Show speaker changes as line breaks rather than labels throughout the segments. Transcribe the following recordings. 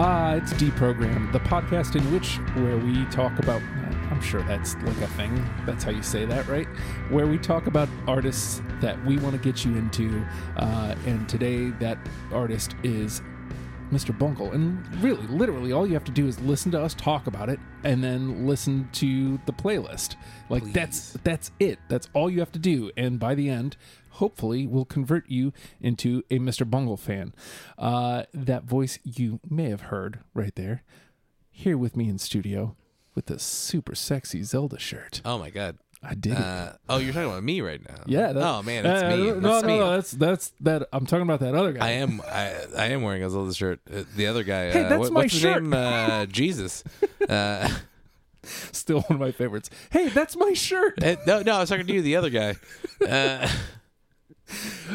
Ah, it's Deprogrammed, the podcast in which where we talk about I'm sure that's like a thing. That's how you say that, right? Where we talk about artists that we want to get you into. Uh, and today that artist is Mr. Bunkle. And really, literally, all you have to do is listen to us talk about it and then listen to the playlist. Like that's that's it. That's all you have to do. And by the end, hopefully will convert you into a Mr. Bungle fan. Uh, that voice you may have heard right there. Here with me in studio with the super sexy Zelda shirt.
Oh my god.
I dig it.
Uh, oh, you're talking about me right now.
Yeah. that-
oh man, it's
Uh,
me.
No,
That's
no,
me.
no. That's that's that. I'm talking about that other guy.
I am. I, I am wearing a Zelda shirt. Uh, the other guy.
Hey,
uh,
that's
what-
my
what's his
shirt.
name? Uh, Jesus. Uh,
Still one of my favorites. Hey, that's my shirt.
eh, no, no, I was talking to you, the other guy. Uh,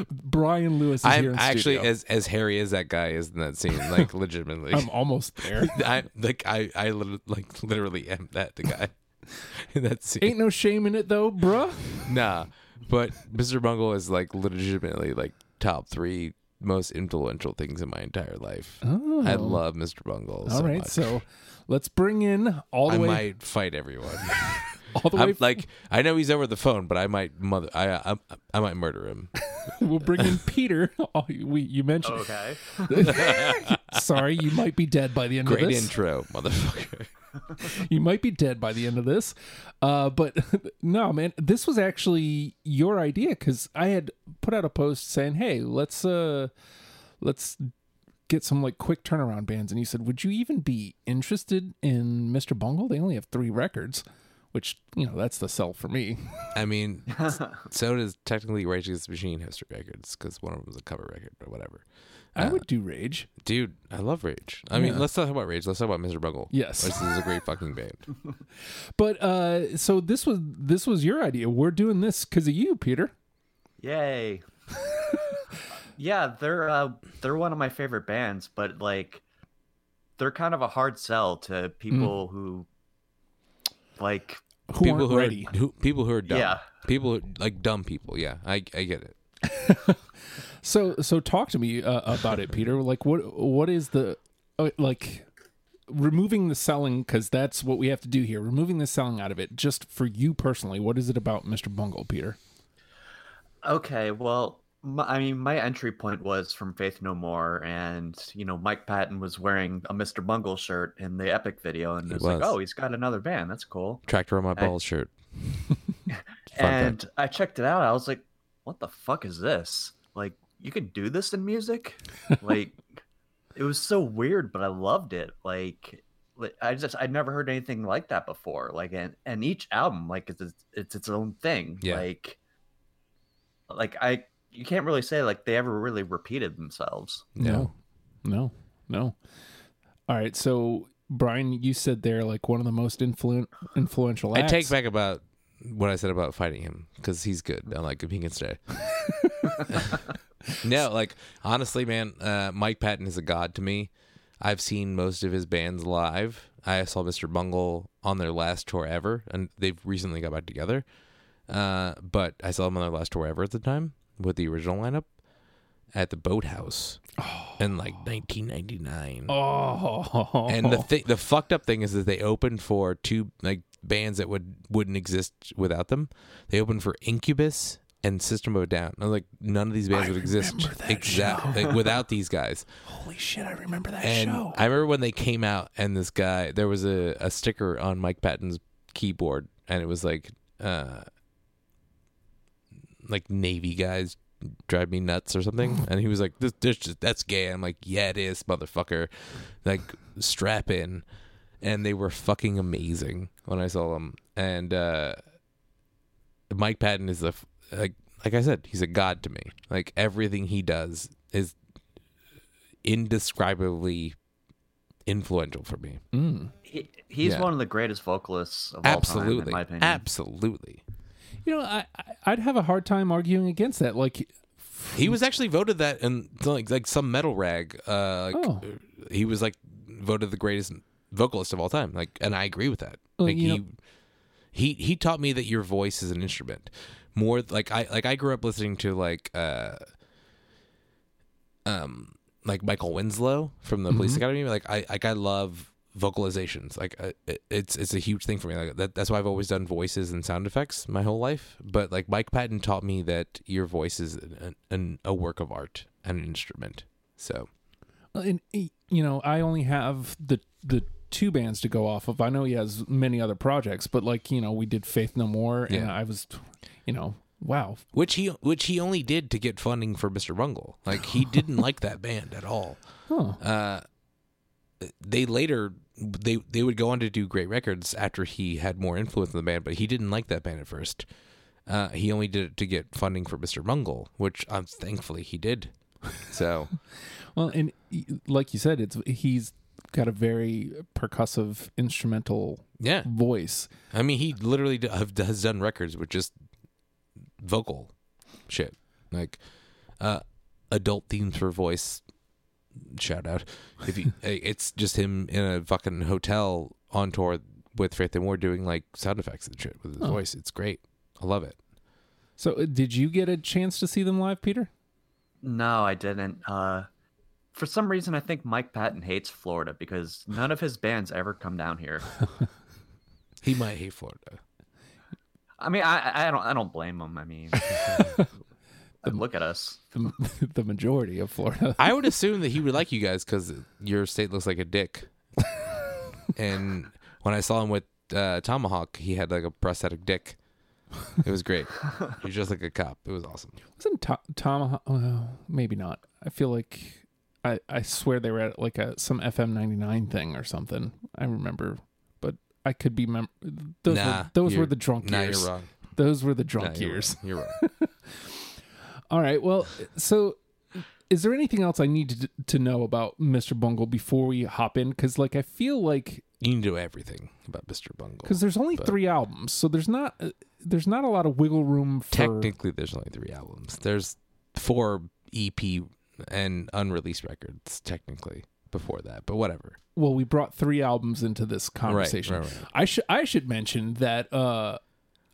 Brian Lewis is here
I'm
in
actually
studio.
as as hairy as that guy is in that scene. Like legitimately,
I'm almost there.
I like I I lit- like literally am that guy in that scene.
Ain't no shame in it though, bruh.
Nah, but Mr. Bungle is like legitimately like top three most influential things in my entire life. I love Mr. Bungle.
Oh. All
so
right,
much.
so let's bring in all the
I
way,
might fight everyone.
all the way.
I'm like I know he's over the phone, but I might mother. I I, I might murder him.
we'll bring in Peter. Oh, we you mentioned.
Okay.
Sorry, you might be dead by the end
Great
of this.
intro, motherfucker.
you might be dead by the end of this. Uh, but no, man, this was actually your idea because I had put out a post saying, "Hey, let's uh, let's get some like quick turnaround bands," and you said, "Would you even be interested in Mr. Bungle? They only have three records." Which you know, that's the sell for me.
I mean, s- so does technically Rage Against the Machine history records because one of them was a cover record, but whatever.
I would do Rage.
Dude, I love Rage. I mean,
Yeah.
let's talk about Rage. Let's talk about Mr. Bungle.
Yes.
this is a great fucking band.
But uh, so this was this was your idea. We're doing this because of you, Peter.
Yay. yeah, they're uh, they're one of my favorite bands, but like they're kind of a hard sell
Hmm.
to people who like
Who
people
aren't
who
ready.
are who, people who are dumb.
Yeah.
People who, like dumb people. Yeah, I I get it.
So so talk to me uh, about it, Peter. Like what what is the uh, like removing the selling because that's what we have to do here. Removing the selling out of it, just for you personally. What is it about Mr. Bungle, Peter?
Okay, well, my, I mean, my entry point was from Faith No More, and you know, Mike Patton was wearing a Mr. Bungle shirt in the Epic video, and
He
it was,
was.
like, oh, he's got another band. That's cool.
Tractor on my
I-
balls shirt. Fun fact.
and I checked it out. I was like, what the fuck is this? Like, you can do this in music? like, it was so weird, but I loved it. Like, like, I just I'd never heard anything like that before. Like, and and each album, like, it's it's, it's its own thing.
Yeah.
Like, like I you can't really say like they ever really repeated themselves.
no, no, no. All right. So Brian, you said they're like one of the most influen- influential.
I
Acts.
take back about what I said about fighting him because he's good. I like if he can stay. no, like honestly, man, uh, Mike Patton is a god to me. I've seen most of his bands live. I saw Mr. Bungle on their last tour ever, and they've recently got back together. Uh, but I saw him on their last tour ever at the time with the original lineup at the Boathouse in like 1999.
Oh,
And the thing, the fucked up thing is that they opened for two like bands that would wouldn't exist without them. They opened for Incubus and System of a Down. And, like none of these bands would exist
remember that
exactly like, without these guys.
holy shit! I remember that
And
show.
I remember when they came out, and this guy there was a, a sticker on Mike Patton's keyboard, and it was like, uh, like Navy guys drive me nuts or something. And he was like, this, this just, that's gay. I'm like, yeah, it is, motherfucker. Like, strap in. And they were fucking amazing when I saw them. And uh, Mike Patton is a f- like, like I said, he's a god to me. Like everything he does is indescribably influential for me.
Mm.
He, he's
Yeah.
one of the greatest vocalists of all time, in
Absolutely,
my opinion.
absolutely.
You know, I I- I'd have a hard time arguing against that. Like,
He was actually voted that in like like some metal rag. Uh, like,
Oh.
he was like voted the greatest vocalist of all time. Like, and I agree with that.
Well,
like
you
he
know-
he he taught me that your voice is an instrument. More like I like I grew up listening to like uh um like Michael Winslow from the Police
Mhm.
Academy. Like I like I love vocalizations. Like I, it- it's it's a huge thing for me. Like that, that's why I've always done voices and sound effects my whole life. But like Mike Patton taught me that your voice is an, an, a work of art and an instrument. So
and eh, you know i only have the the two bands to go off of i know he has many other projects but like you know we did faith no more and
Yeah.
i was you know wow
which he which he only did to get funding for Mr. Bungle. Like he didn't like that band at all.
huh
Uh, they later they they would go on to do great records after he had more influence in the band, but he didn't like that band at first. Uh, he only did it to get funding for Mr. Bungle, which um, thankfully he did. So
well and eh, like you said it's he's got a very percussive instrumental
yeah,
voice
I mean he literally d- have- has done records with just vocal shit like uh, adult themes for voice. Shout out if you, eh, it's just him in a fucking hotel on tour with Faith and Moore doing like sound effects and shit with his
Oh.
voice. It's great. I love it.
so eh, did you get a chance to see them live peter
No, I didn't. Uh, for some reason, I think Mike Patton hates Florida because none of his bands ever come down here.
He might hate Florida.
I mean, I, I don't, I don't blame him. I mean, look at us.
the, the majority of florida
I would assume that he would like you guys because your state looks like a dick. and when I saw him with uh, Tomahawk, he had like a prosthetic dick. It was great. He was just like a cop. It was awesome.
wasn't tom, tom uh, well, maybe not i feel like I, I swear they were at like a some FM ninety nine thing or something. I remember, but I could be mem- those
Nah,
were, those were
you're-
the drunk
Nah,
years.
you're wrong.
Those were the
Nah,
drunk
you're wrong.
years.
You're wrong.
All right. Well, so is there anything else I need to, to know about Mr. Bungle before we hop in? Because like I feel like
You know everything about Mr. Bungle.
because there's only three albums, so there's not uh, there's not a lot of wiggle room for
technically there's only three albums. There's four EP and unreleased records technically before that, but whatever.
well we brought three albums into this conversation
right, right.
i should i should mention that uh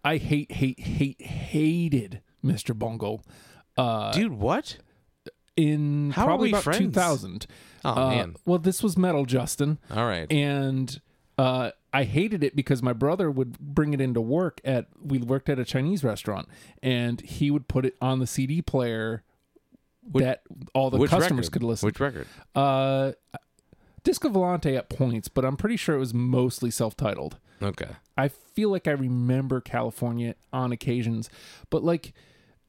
i hate hate hate hated mr bungle uh
Dude, what?
in
How are
probably
we
about
friends?
2000
Oh
Uh,
man.
well this was metal justin
All right.
and uh, I hated it because my brother would bring it into work at we worked at a Chinese restaurant, and he would put it on the CD player that all the
Which
customers
record?
could listen.
Which record?
uh, Disco Volante at points, but I'm pretty sure it was mostly self-titled.
Okay.
I feel like I remember California on occasions, but like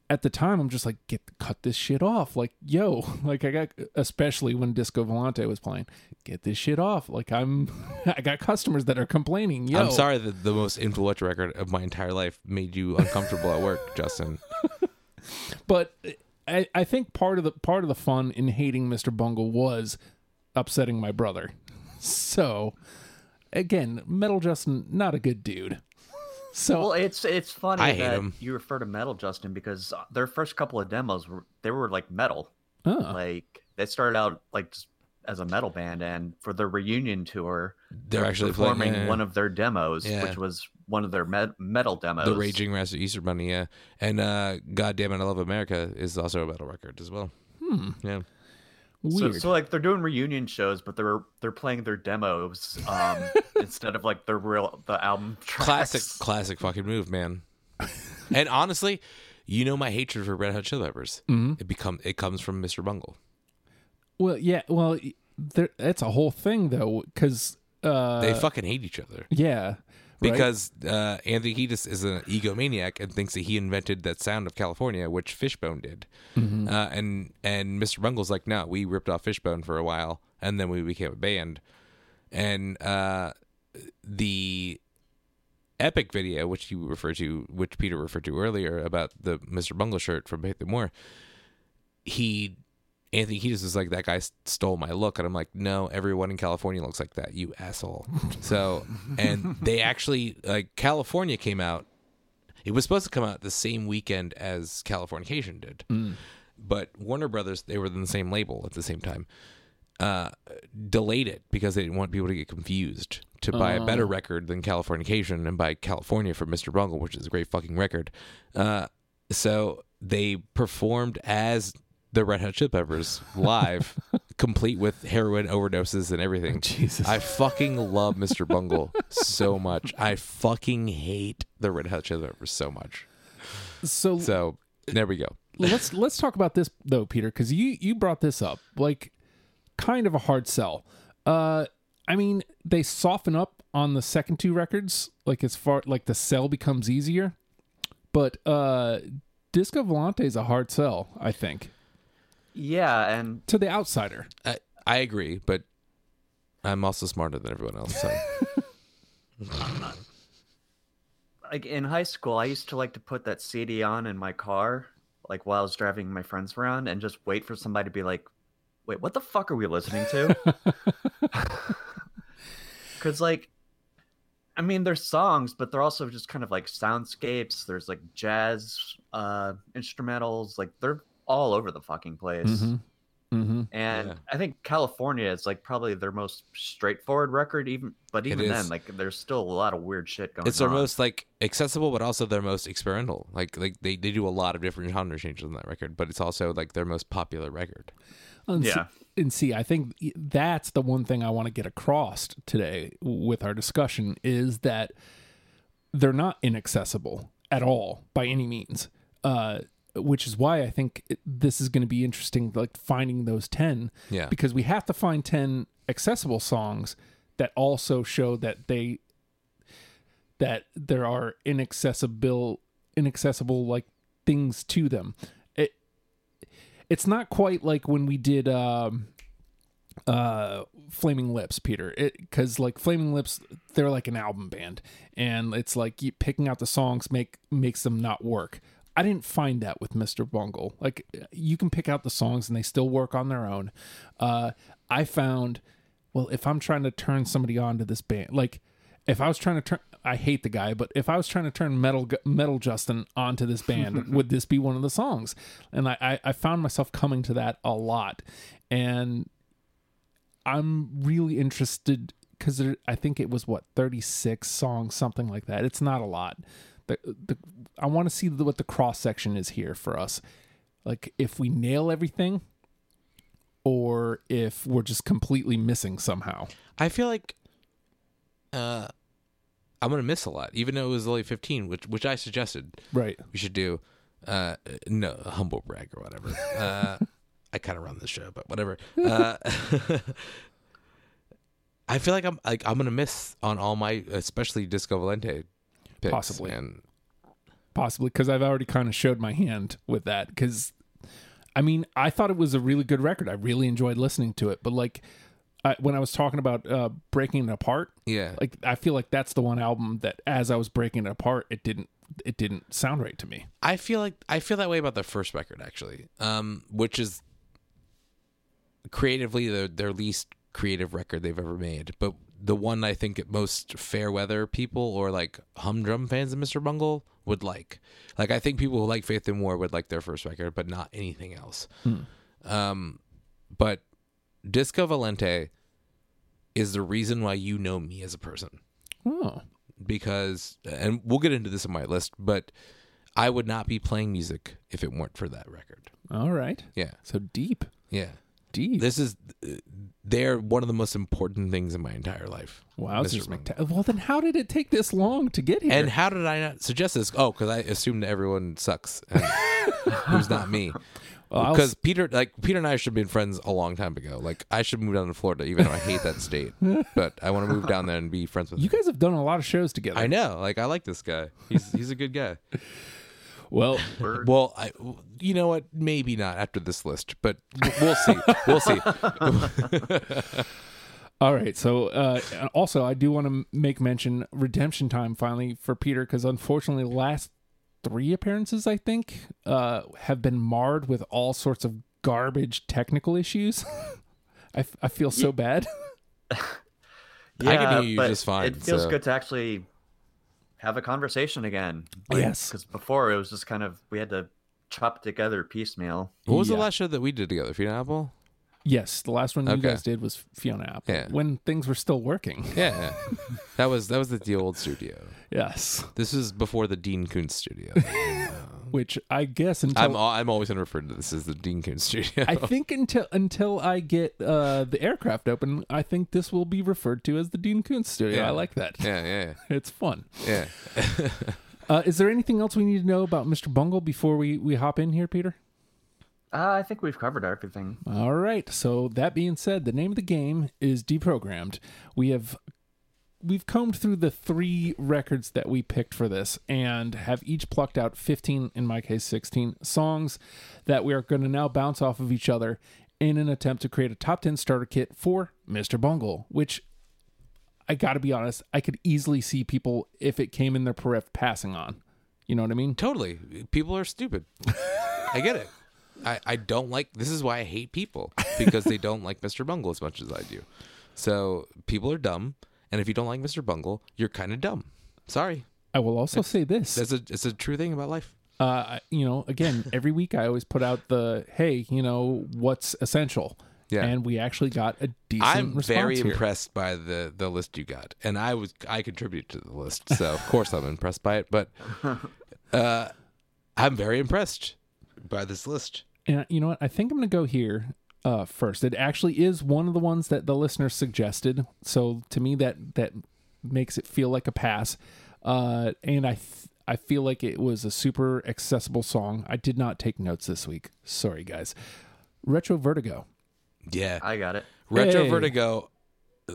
at the time, I'm just like, get cut this shit off. Like, yo, like I got, especially when Disco Volante was playing, get this shit off. Like I'm, I got customers that are complaining. Yo,
I'm sorry that the most influential record of my entire life made you uncomfortable at work, Justin.
but I, I think part of the part of the fun in hating Mr. Bungle was upsetting my brother. So, again, Metal Justin, not a good dude. So
Well, it's it's funny
I hate
that
him.
you refer to metal, Justin, because uh, their first couple of demos were they were like metal.
Oh.
uh,
Like they started out like just as a metal band, and for their reunion tour,
They're actually playing, uh,
performing
yeah, yeah,
one of their demos,
Yeah.
which was one of their med- metal demos.
the Raging Rats of Easter Bunny, yeah, and uh, God Damn It, I Love America is also a metal record as well.
hmm,
Yeah,
weird.
So, so like they're doing reunion shows, but they're they're playing their demos um, instead of like their real the album tracks.
classic, classic fucking move, man. and honestly, you know my hatred for Red Hot Chili Peppers.
Mhm.
It become it comes from Mr. Bungle.
Well, yeah. Well, y- there, that's a whole thing though, because uh,
They fucking hate each other
yeah, right?
because uh, Anthony Kiedis is an egomaniac and thinks that he invented that sound of California, which Fishbone did.
Mm-hmm.
Uh, and and Mr. Bungle's like, no, we ripped off Fishbone for a while, and then we became a band. And uh, the epic video, which you refer to, which Peter referred to earlier about the Mr. Bungle shirt from Faith and More, he Anthony Kiedis was like, that guy s- stole my look, and I'm like, no, everyone in California looks like that, you asshole. so, and they actually like California came out. It was supposed to come out the same weekend as Californication did but Warner Brothers, they were in the same label at the same time, uh, delayed it because they didn't want people to get confused to buy a better record than Californication and buy California for Mr. Bungle, which is a great fucking record. Uh, so they performed as the Red Hot Chili Peppers live complete with heroin overdoses and everything.
Jesus.
I fucking love Mr. Bungle so much. I fucking hate the Red Hot Chili Peppers so much.
so
So there we go.
let's let's talk about this though, Peter, because you you brought this up like kind of a hard sell. Uh, I mean, they soften up on the second two records, like as far like the sell becomes easier, but uh, Disco Volante is a hard sell, I think,
Yeah, and
to the outsider.
I, I agree, but I'm also smarter than everyone else. So.
like in high school, I used to like to put that CD on in my car, like while I was driving my friends around, and just wait for somebody to be like, "Wait, what the fuck are we listening to?" Because like, I mean, there's songs, but they're also just kind of like soundscapes. There's like jazz uh, instrumentals. Like they're all over the fucking place.
Mm-hmm.
And
Yeah.
I think California is like probably their most straightforward record. Even but
It
even then,
is.
like there's still a lot of weird shit going
it's
on.
their most like accessible, but also their most experimental. Like like they, they do a lot of different genre changes on that record, but it's also like their most popular record.
And
Yeah.
See, and see, I think that's the one thing I want to get across today with our discussion is that they're not inaccessible at all by any means. Uh, which is why I think it- this is going to be interesting, like finding those 10.
Yeah.
Because we have to find 10 accessible songs that also show that they, that there are inaccessible, inaccessible, like things to them. It, it's not quite like when we did um uh flaming lips peter it because like flaming lips they're like an album band and it's like you, picking out the songs make makes them not work i didn't find that with mr bungle like you can pick out the songs and they still work on their own uh i found well if i'm trying to turn somebody on to this band like if I was trying to turn, I hate the guy, but if I was trying to turn metal Gu- metal Justin onto this band, would this be one of the songs? And I, I I found myself coming to that a lot, and I'm really interested because I think it was what 36 songs, something like that. It's not a lot. The, the I want to see the, what the cross section is here for us. Like if we nail everything, or if we're just completely missing somehow.
I feel like uh I'm gonna miss a lot, even though it was only fifteen, which which I suggested
Right.
we should do. Uh no, a humble brag or whatever. Uh I kinda run the show, but whatever. Uh I feel like I'm like I'm gonna miss on all my especially Disco Valente picks.
Possibly.
And
possibly because I've already kind of showed my hand with that. Because I mean, I thought it was a really good record. I really enjoyed listening to it, but like I, when I was talking about uh, breaking it apart,
yeah.
like I feel like that's the one album that as I was breaking it apart, it didn't it didn't sound right to me.
I feel like I feel that way about their first record actually, um, which is creatively their their least creative record they've ever made, but the one I think most fair weather people or like humdrum fans of Mr. Bungle would like. Like I think people who like Faith and War would like their first record, but not anything else. Um, but Disco Valente is the reason why you know me as a person
Oh,
because and we'll get into this in my list, but I would not be playing music if it weren't for that record.
all right.
Yeah.
So deep,
Yeah.
deep.
This is they're one of the most important things in my entire life.
Wow,
Mr.
Wowzers,
Bungle.
McTa- well then, how did it take this long to get here?
And how did I not suggest this? Oh, because I assumed that everyone sucks. and who's not me?
Well, I'll
Because Peter, like Peter and I should have been friends a long time ago. Like I should move down to Florida, even though I hate that state. But I want to move down there and be friends with.
you
him.
guys have done a lot of shows together.
I know. Like I like this guy. He's he's a good guy.
well,
Well, I, you know what? Maybe not after this list, but w- we'll see. We'll see.
All right. So, uh, also, I do want to make mention redemption time finally for Peter because unfortunately, the last three appearances I think uh, have been marred with all sorts of garbage technical issues. I, f- I feel so bad.
I can hear you just fine,
It feels
so-
good to actually have a conversation again.
Yes.
Because before it was just kind of we had to chop together piecemeal.
What was
Yeah.
the last show that we did together? Fiona Apple?
Yes, the last one you
Okay.
guys did was Fiona Apple
Yeah.
when things were still working.
Yeah, yeah. that was that was at the old studio.
Yes.
This is before the Dean Koontz studio.
which I guess until
I'm al- I'm always going to refer to this as the Dean Coon Studio.
I think until until I get uh, the aircraft open, I think this will be referred to as the Dean Koontz Studio.
Yeah.
I like that.
yeah, yeah,
It's fun.
yeah.
Uh, is there anything else we need to know about Mr. Bungle before we, we hop in here, Peter?
Uh, I think we've covered everything.
All right. So that being said, the name of the game is Deprogrammed. We have we've combed through the three records that we picked for this and have each plucked out 15 in my case 16 songs that we are going to now bounce off of each other in an attempt to create a top 10 starter kit for Mr. Bungle, which I got to be honest, I could easily see people if it came in their periph passing on. You know what I mean?
Totally. People are stupid. I get it. I, I don't like this is why I hate people because they don't like Mr. Bungle as much as I do. So people are dumb, and if you don't like Mr. Bungle, you're kind of dumb. Sorry,
I will also say this.
that's a it's a true thing about life.
uh, you know, again, every week I always put out the hey, you know, what's essential.
Yeah.
And we actually got a decent
I'm
response
very
here.
impressed by the the list you got, and I was I contributed to the list, so of course I'm impressed by it. But uh, I'm very impressed by this list.
And uh, you know what? I think I'm going to go here uh, first. It actually is one of the ones that the listener suggested. So to me, that that makes it feel like a pass. Uh, and I th- I feel like it was a super accessible song. I did not take notes this week. Sorry, guys. Retro Vertigo.
Yeah,
I got it.
Retro
Hey.
Vertigo.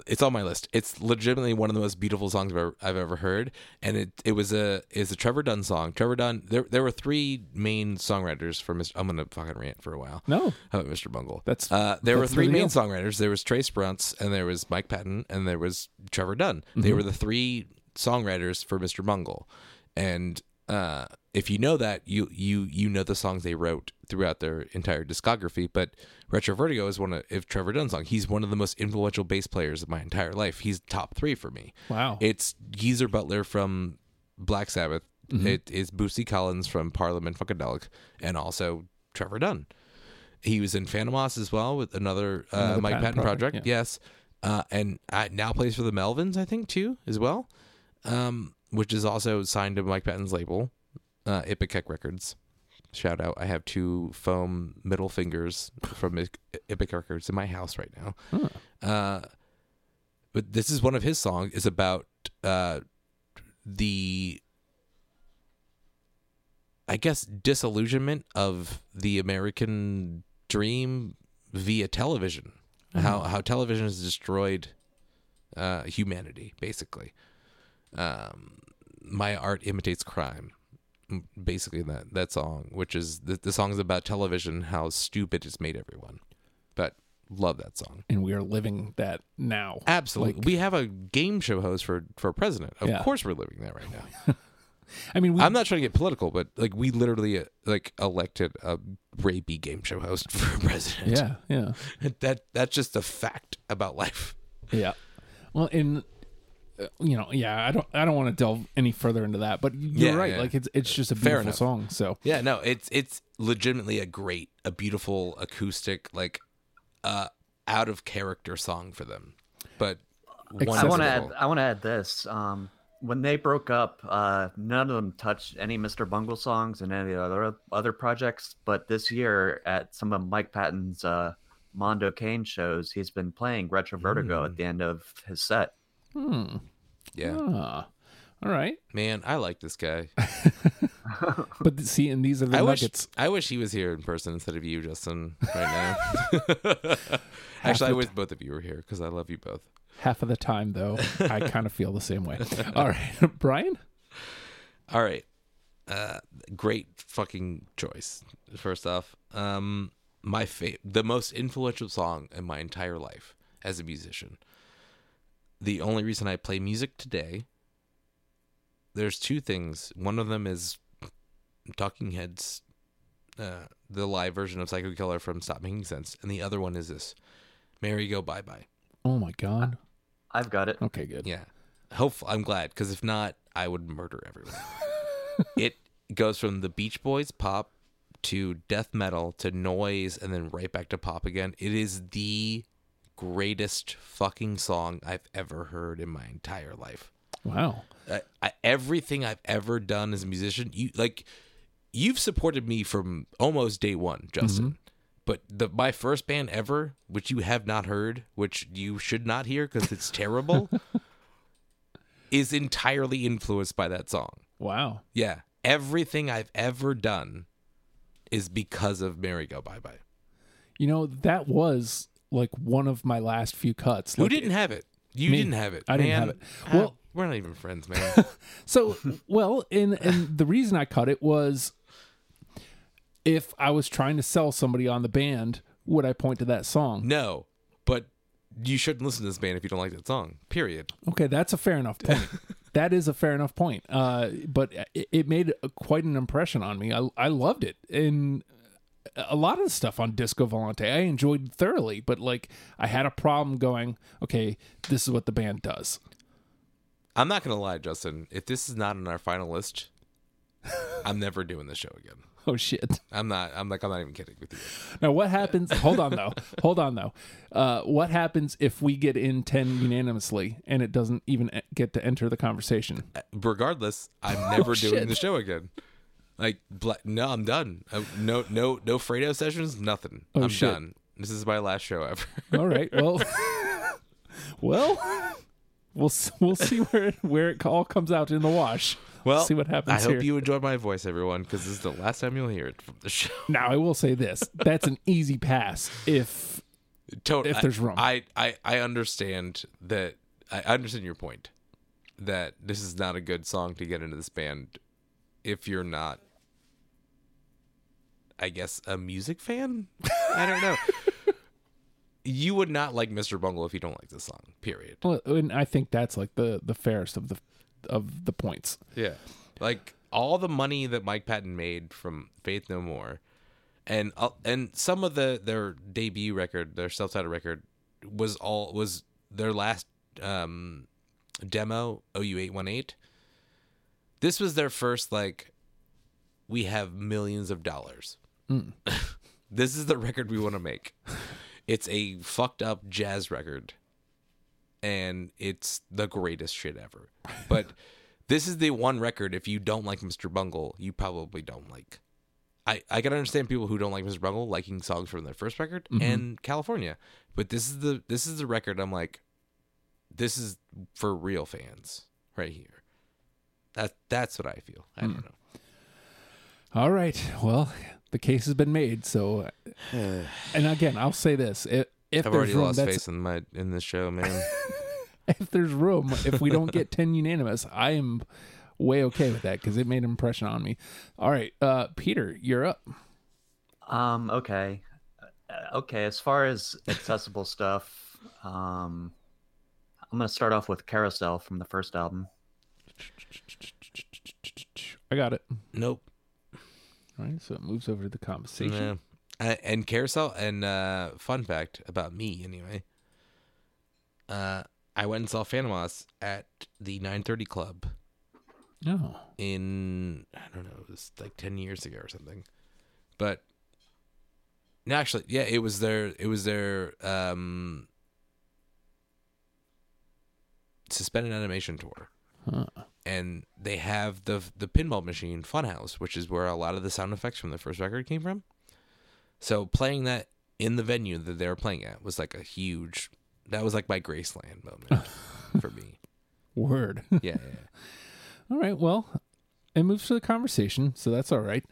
It's on my list. It's legitimately one of the most beautiful songs I've ever, I've ever heard, and it it was a is a Trevor Dunn song. Trevor Dunn. There there were three main songwriters for Mr. I'm gonna fucking rant for a while.
No,
How about Mr. Bungle?
That's-
uh, there were
that's
three
the
main
deal.
songwriters. There was Trace Brunts, and there was Mike Patton, and there was Trevor Dunn. They
Mm-hmm.
were the three songwriters for Mr. Bungle, and uh, if you know that, you you you know the songs they wrote throughout their entire discography. But Retro Vertigo is one of if Trevor Dunn's song. He's one of the most influential bass players of my entire life. He's top three for me.
wow.
It's Geezer Butler from Black Sabbath.
Mm-hmm.
It is Boosie Collins from Parliament Funkadelic, and also Trevor Dunn. He was in Phantomos as well with another, uh,
Another
Mike
Patton
Patton,
project,
project. Yes, uh, and uh, now plays for the Melvins, I think, too, as well, um, which is also signed to Mike Patton's label, uh, Ipecac Records. Shout out! I have two foam middle fingers from Ip- Ipecac Records in my house right now. Uh, but this is one of his songs is about uh the i guess disillusionment of the american dream via television
Mm-hmm.
how how television has destroyed uh humanity basically um my art imitates crime m- basically that that song which is the, the song's about television how stupid it's made everyone but love that song
and we are living that now.
Absolutely.
Like-
we have a game show host for for president. Of
Yeah.
course we're living that right now.
I mean, we,
I'm not trying to get political, but like we literally uh, like elected a rapey game show host for president.
yeah, yeah.
that that's just a fact about life.
Yeah. Well, and uh, you know, yeah, I don't, I don't want to delve any further into that, but you're
Yeah,
right.
yeah.
Like it's, it's just a
Fair
beautiful
enough.
song. So
Yeah, no, it's it's legitimately a great, a beautiful acoustic like uh out of character song for them. But
I want to add.
wonderful.
I want to add this. Um, when they broke up, uh, none of them touched any Mr. Bungle songs and any other other projects. But this year, at some of Mike Patton's uh, Mondo Kane shows, he's been playing Retro Vertigo at the end of his set.
Yeah.
ah, all right.
Man, I like this guy.
But th- see, and these are the
I wish
nuggets.
I wish he was here in person instead of you, Justin, right now. Actually, I wish both of you were here because I love you both.
Half of the time, though, I kind of feel the same way. All right, Brian.
All right, uh, great fucking choice. First off, um, my fa- the most influential song in my entire life as a musician. The only reason I play music today. There's two things. One of them is Talking Heads, uh, the live version of Psycho Killer from Stop Making Sense, and the other one is this, "Mary Go Bye Bye."
Oh my God.
I've got it.
Okay, good.
Yeah. Hopeful. I'm glad because if not, I would murder everyone. it goes from the Beach Boys pop to death metal to noise and then right back to pop again. It is the greatest fucking song I've ever heard in my entire life
Wow.
uh, I, everything I've ever done as a musician, you like, you've supported me from almost day one, Justin.
Mm-hmm.
But the my first band ever, which you have not heard, which you should not hear because it's terrible, is entirely influenced by that song.
Wow.
Yeah, everything I've ever done is because of "Mary Go Bye Bye."
You know, that was like one of my last few cuts.
Who
Like,
didn't have it? You
me.
didn't have it.
I didn't
man.
have it.
Ah,
Well-
we're not even friends, man.
So, well, and and the reason I cut it was if I was trying to sell somebody on the band, would I point to that song?
no, but you shouldn't listen to this band if you don't like that song. Period.
Okay, that's a fair enough point. that is a fair enough point. Uh, but it, it made quite an impression on me. I I loved it, and a lot of the stuff on Disco Volante I enjoyed thoroughly. But like, I had a problem going. Okay, this is what the band does.
I'm not gonna lie, Justin. If this is not on our final list, I'm never doing this show again.
Oh shit.
I'm not. I'm like. I'm not even kidding with you.
Now, what happens? hold on though. Hold on though. Uh, what happens if we get in ten unanimously and it doesn't even e- get to enter the conversation?
Regardless, I'm never doing
Oh, shit.
the show again. Like, bla no, I'm done. I, no, no, no Fredo sessions. Nothing. I'm
Oh, shit.
done. This is my last show ever.
All right. Well, well, we'll s- we'll see where it, where it all comes out in the wash.
well,
see what happens
I hope
here.
you enjoyed my voice, everyone, because this is the last time you'll hear it from the show.
Now, I will say this: that's an easy pass. If
Totally.
If there's room.
I, I, I understand that. I understand your point that this is not a good song to get into this band if you're not, I guess, a music fan. I don't know. You would not like Mr. Bungle if you don't like this song. Period.
well, and I think that's like the the fairest of the of the points.
Yeah. Like all the money that Mike Patton made from Faith No More and uh, and some of the their debut record, their self-titled record was all was their last um demo OU818. This was their first like we have millions of dollars. this is the record we want to make. It's a fucked up jazz record and it's the greatest shit ever. But this is the one record if you don't like Mr. Bungle, you probably don't like. I, I can understand people who don't like Mr. Bungle liking songs from their first record and California. But this is the this is the record I'm like this is for real fans right here. That that's what I feel. I don't know.
All right. Well, the case has been made. So, and again, I'll say this: if, if
I've
there's
already
room,
lost
that's
face in my in this show, man.
if there's room, if we don't get 10 unanimous, I am way okay with that because it made an impression on me. All right, uh, Peter, you're up.
Um. Okay. Uh, Okay. As far as accessible stuff, um, I'm gonna start off with Carousel from the first album.
I got it.
nope.
All right, so it moves over to the conversation.
Yeah. Uh, and carousel and uh, fun fact about me anyway. Uh, I went and saw Phantomos at the 9:30 club
No.
in I don't know, it was like 10 years ago or something. But no, actually, yeah, it was their it was their um suspended animation tour.
Huh.
And they have the the pinball machine funhouse, which is where a lot of the sound effects from the first record came from. So playing that in the venue that they were playing at was like a huge that was like my Graceland moment for me.
Word.
Yeah, yeah.
all right, well, it moves to the conversation, so that's all right.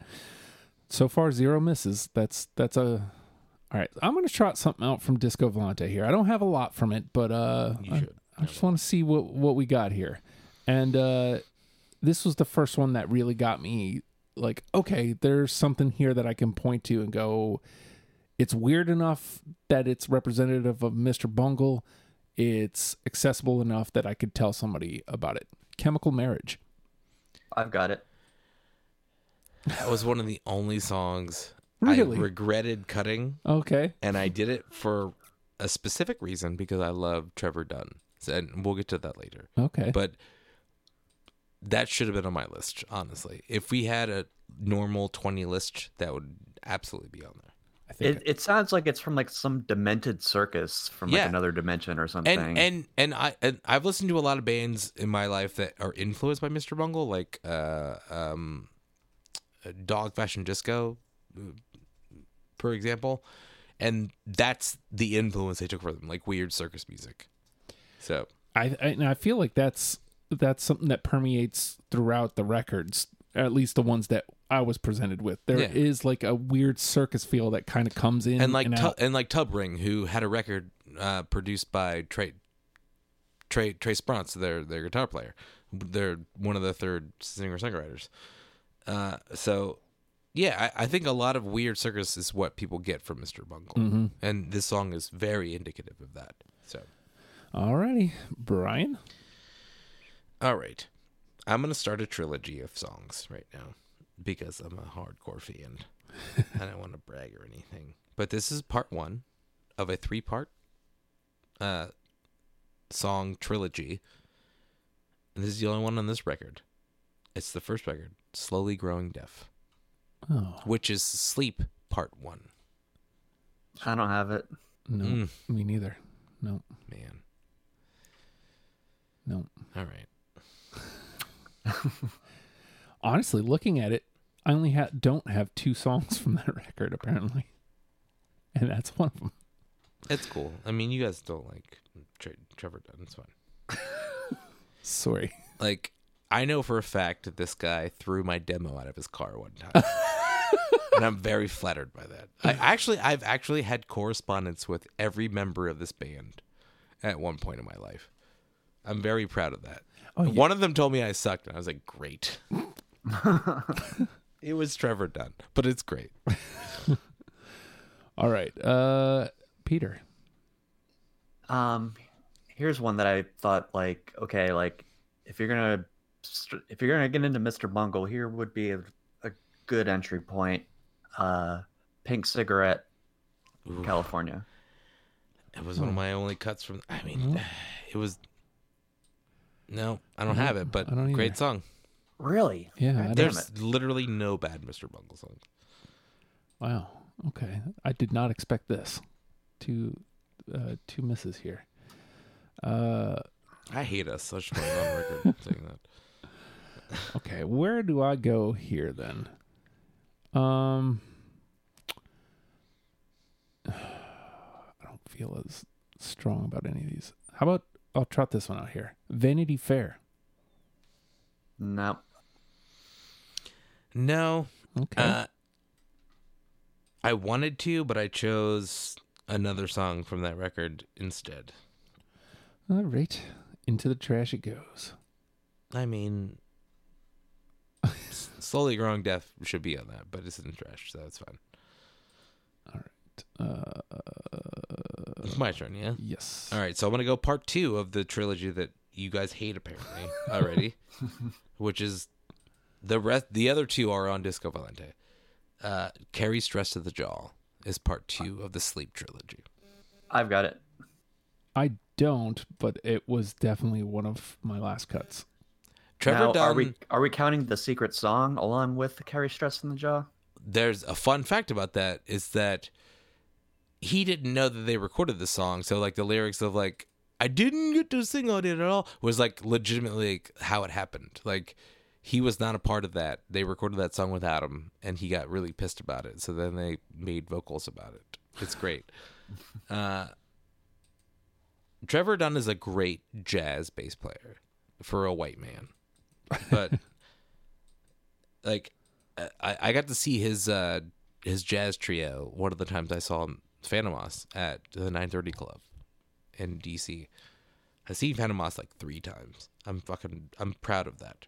So far, zero misses. That's that's a. All right, I'm going to trot something out from Disco Volante here. I don't have a lot from it, but uh,
You
I-
should.
I just want to see what what we got here. And uh this was the first one that really got me like okay, there's something here that I can point to and go it's weird enough that it's representative of Mr. Bungle. It's accessible enough that I could tell somebody about it. Chemical Marriage.
I've got it.
That was one of the only songs
Really?
I regretted cutting,
Okay.
and I did it for a specific reason because I love Trevor Dunn, So- and we'll get to that later.
Okay.
But that should have been on my list, honestly. If we had a normal twenty list, that would absolutely be on there.
I think
It, it sounds like it's from like some demented circus from
Yeah.
like another dimension or something.
and and and I and I've listened to a lot of bands in my life that are influenced by Mr. Bungle, like uh, um, Dog Fashion Disco, for example, and that's the influence they took for them, like weird circus music. So
I, I and I feel like that's that's something that permeates throughout the records, or at least the ones that I was presented with. There is
Yeah.
like a weird circus feel that kind of comes in
and like
and
Tu-
out.
and like Tubring, who had a record uh, produced by Trey Trey Trey Sprance, their their guitar player. They're one of the third singer songwriters. Uh, so yeah, I, I think a lot of weird circus is what people get from Mr. Bungle,
Mm-hmm.
and this song is very indicative of that. So
Alrighty, Brian.
all right, I'm gonna start a trilogy of songs right now because I'm a hardcore fan. I don't want to brag or anything, but this is part one of a three-part uh, song trilogy. And this is the only one on this record. It's the first record, "Slowly Growing Deaf,"
Oh
which is "Sleep" part one.
I don't have it.
no,
Mm.
me neither. No,
Man,
no.
all right.
Honestly, looking at it, I only ha- don't have two songs from that record apparently, and that's one of them.
It's cool. I mean, you guys don't like Tre- Trevor Dunn. It's fine.
Sorry.
like I know for a fact that this guy threw my demo out of his car one time. and I'm very flattered by that. I actually I've actually had correspondence with every member of this band at one point in my life. I'm very proud of that.
Oh, yeah.
One of them told me I sucked and I was like, "Great." it was Trevor Dunn, but it's great.
All right, uh, Peter.
Um, here's one that I thought like, okay, like if you're gonna st- if you're gonna get into Mr. Bungle, here would be a, a good entry point. Uh, Pink Cigarette,
Ooh.
California.
It was one of my only cuts from I
Mm-hmm.
mean, it was No, I don't have it, but
Mm-hmm. I don't either.
great song.
Really?
Yeah, I don't-
Damn
There's literally no bad Mr. Bungle songs.
Wow. Okay. I did not expect this. Two uh two misses here. Uh
I hate us. I should put it on record saying that.
okay, where do I go here then? Um I don't feel as strong about any of these. How about I'll trot this one out here. Vanity Fair.
No.
No,
Okay.
uh, I wanted to, but I chose another song from that record instead.
All right. Into the trash it goes.
I mean, S- slowly growing deaf should be on that, but it's in trash, so that's fine.
Uh
It's my turn, yeah.
yes.
All right, so I'm gonna go part two of the trilogy that you guys hate apparently already, which is the rest. The other two are on Disco Valente. Uh, Carrie Stress to the Jaw is part two of the Sleep trilogy.
I've got it.
I don't, but it was definitely one of my last cuts.
Trevor
now,
Dunn.
are we are we counting the secret song along with Carrie Stress in the Jaw?
There's a fun fact about that is that he didn't know that they recorded the song. So like the lyrics of like I didn't get to sing on it at all was like legitimately like, how it happened. Like he was not a part of that. They recorded that song without him, and he got really pissed about it. So then they made vocals about it. It's great. uh, Trevor Dunn is a great jazz bass player for a white man, but like I, I got to see his uh, his jazz trio one of the times I saw Phantomos at the 930 Club in DC. I've seen Phantomos like three times. I'm fucking I'm proud of that.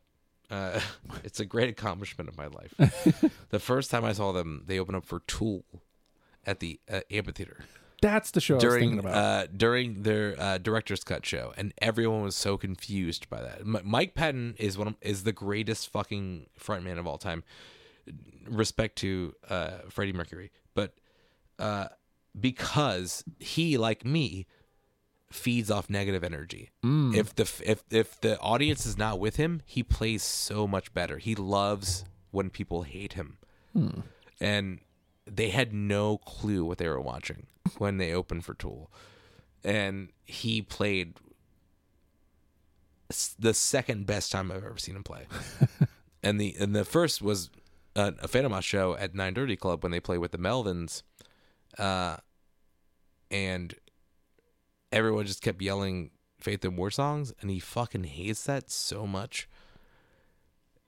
Uh, it's a great accomplishment of my life. the first time I saw them, they opened up for Tool at the uh, amphitheater
That's the show I was
during
thinking about.
uh, during their uh, director's cut show, and everyone was so confused by that. M- Mike Patton is one of, is the greatest fucking frontman of all time. Respect to uh, Freddie Mercury, but uh, because he like me feeds off negative energy.
Mm.
If the f- if if the audience is not with him, he plays so much better. He loves when people hate him,
Hmm.
and they had no clue what they were watching when they opened for Tool, and he played s- the second best time I've ever seen him play, and the and the first was a, a Phantomas show at 930 Club when they play with the Melvins. Uh, and everyone just kept yelling Faith and War songs, and he fucking hates that so much.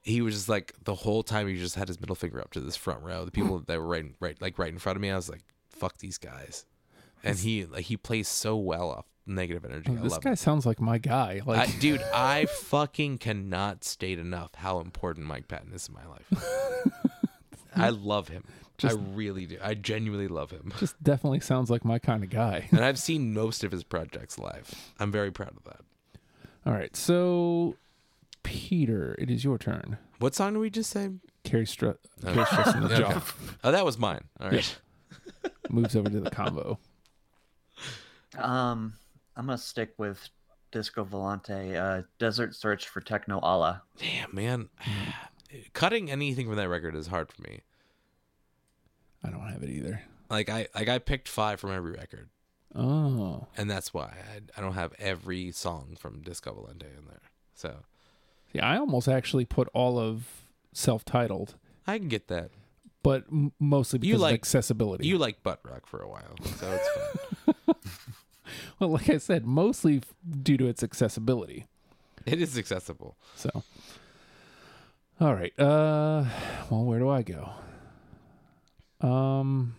He was just like the whole time he just had his middle finger up to this front row. The people that were right, in- right, like right in front of me. I was like, "Fuck these guys," and he like he plays so well off negative energy. I
this
love
guy
it.
sounds like my guy.
I,
Like
dude, I fucking cannot state enough how important Mike Patton is in my life. I love him.
Just-
I really do. I genuinely love him.
just definitely sounds like my kind of guy.
And I've seen most of his projects live. I'm very proud of that.
All right, so Peter, it is your turn.
What song did we just say?
Carrie Strut
Oh.
Carrie Strut in the
Okay.
jaw
Oh, that was mine. All right.
moves over to the combo.
Um, I'm gonna stick with Disco Volante. Uh, Desert Search for Techno Allah.
Damn, man. Cutting anything from that record is hard for me.
I don't have it either.
Like I like I picked five from every record,
Oh,
and that's why I, I don't have every song from Disco Valente in there. So
yeah. I almost actually put all of self-titled,
I can get that.
but m- mostly because
You like-
of accessibility.
You like butt rock for a while, so it's fine.
well, like I said, mostly f- due to its accessibility.
it is accessible.
So, all right. Uh, well, where do I go? Um,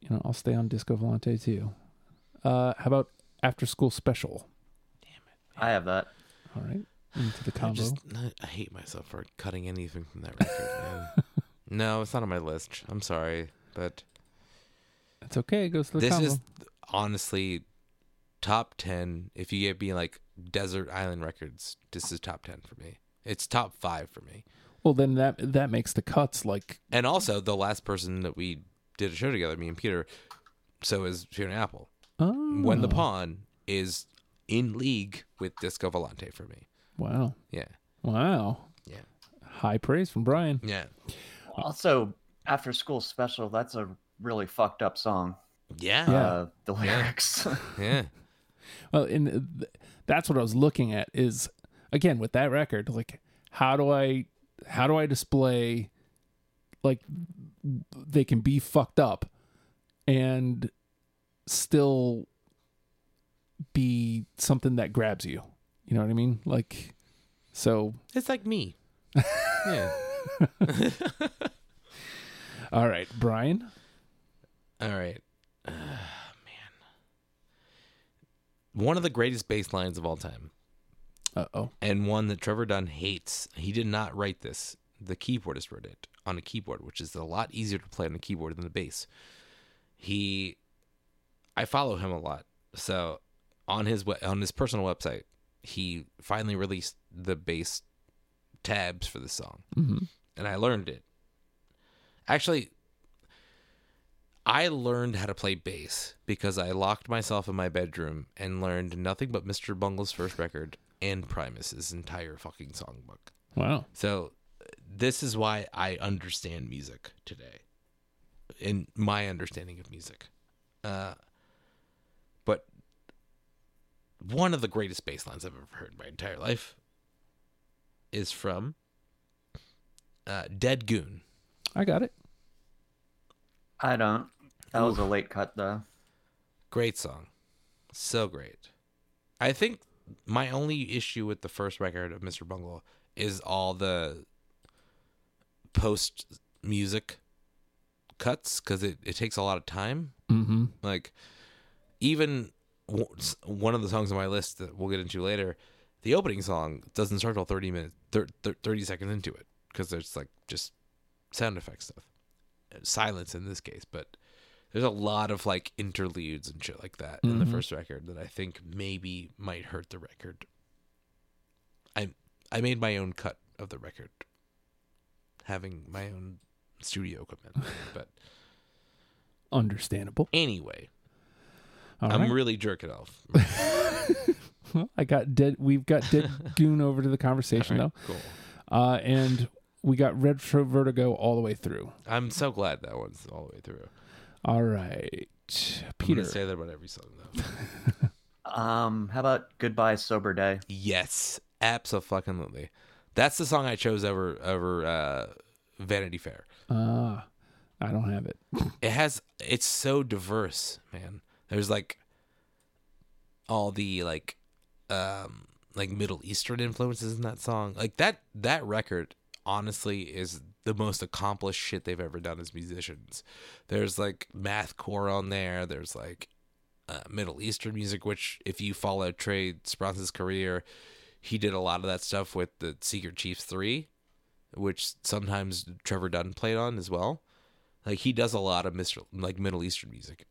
you know, I'll stay on Disco Volante too. Uh, how about After School Special?
I have that.
All right, into the
I
combo.
just I hate myself for cutting anything from that record. man. no, it's not on my list. I'm sorry, but
It's okay. It goes to the
this
combo.
is honestly top 10 if you give me like desert island records this is top 10 for me it's top 5 for me
Well, then that that makes the cuts like
and also the last person that we did a show together me and peter so is fiona apple
oh,
when the pawn is in league with disco volante for me
Wow,
yeah
wow,
yeah
high praise from Brian.
yeah
Also, After School Special. That's a really fucked up song.
yeah
Yeah.
Uh, the lyrics.
yeah
Well, and th- that's what I was looking at is again with that record, like how do I how do I display like they can be fucked up and still be something that grabs you. You know what I mean? Like so
it's like me yeah
all right, Brian.
All right. man. One of the greatest bass lines of all time,
Uh-oh.
and one that Trevor Dunn hates. He did not write this. The keyboardist wrote it on a keyboard, which is a lot easier to play on a keyboard than the bass. He, I follow him a lot, so on his we- on his personal website, he finally released the bass tabs for the song
Mhm.
and I learned it. Actually, I learned how to play bass because I locked myself in my bedroom and learned nothing but Mr. Bungle's first record and Primus's entire fucking songbook.
Wow.
So this is why I understand music today, in my understanding of music. Uh, but one of the greatest bass lines I've ever heard in my entire life is from uh, Dead Goon.
I got it.
I don't. That was a late cut though.
Great song. So great. I think my only issue with the first record of Mr. Bungle is all the post music cuts because it, it takes a lot of time.
Mhm.
Like, even w- s- one of the songs on my list that we'll get into later, the opening song doesn't start till 30 minutes, thir- thir- 30 seconds into it because there's like just sound effect stuff. Uh, Silence in this case, but there's a lot of like interludes and shit like that in the
Mhm.
first record that I think maybe might hurt the record. I I made my own cut of the record having my own studio equipment, but
Understandable.
anyway,
All
I'm
right.
really jerking off.
Well, I got dead. We've got dead goon over to the conversation
All
though,
right, Cool.
uh, and we got retro vertigo all the way through.
I'm so glad that one's all the way through.
All right,
Peter.
Peter.
say that about every song though.
Um, how about Goodbye Sober Day?
yes, absolutely. That's the song I chose over over uh, Vanity Fair.
Uh, I don't have it.
It has it's so diverse, man. There's like all the like um like Middle Eastern influences in that song. Like that that record honestly is the most accomplished shit they've ever done as musicians. There's like mathcore on there. There's like uh, Middle Eastern music, which if you follow Trey Spronce's career, he did a lot of that stuff with the Secret Chiefs three, which sometimes Trevor Dunn played on as well. Like he does a lot of Mr. like Middle Eastern music,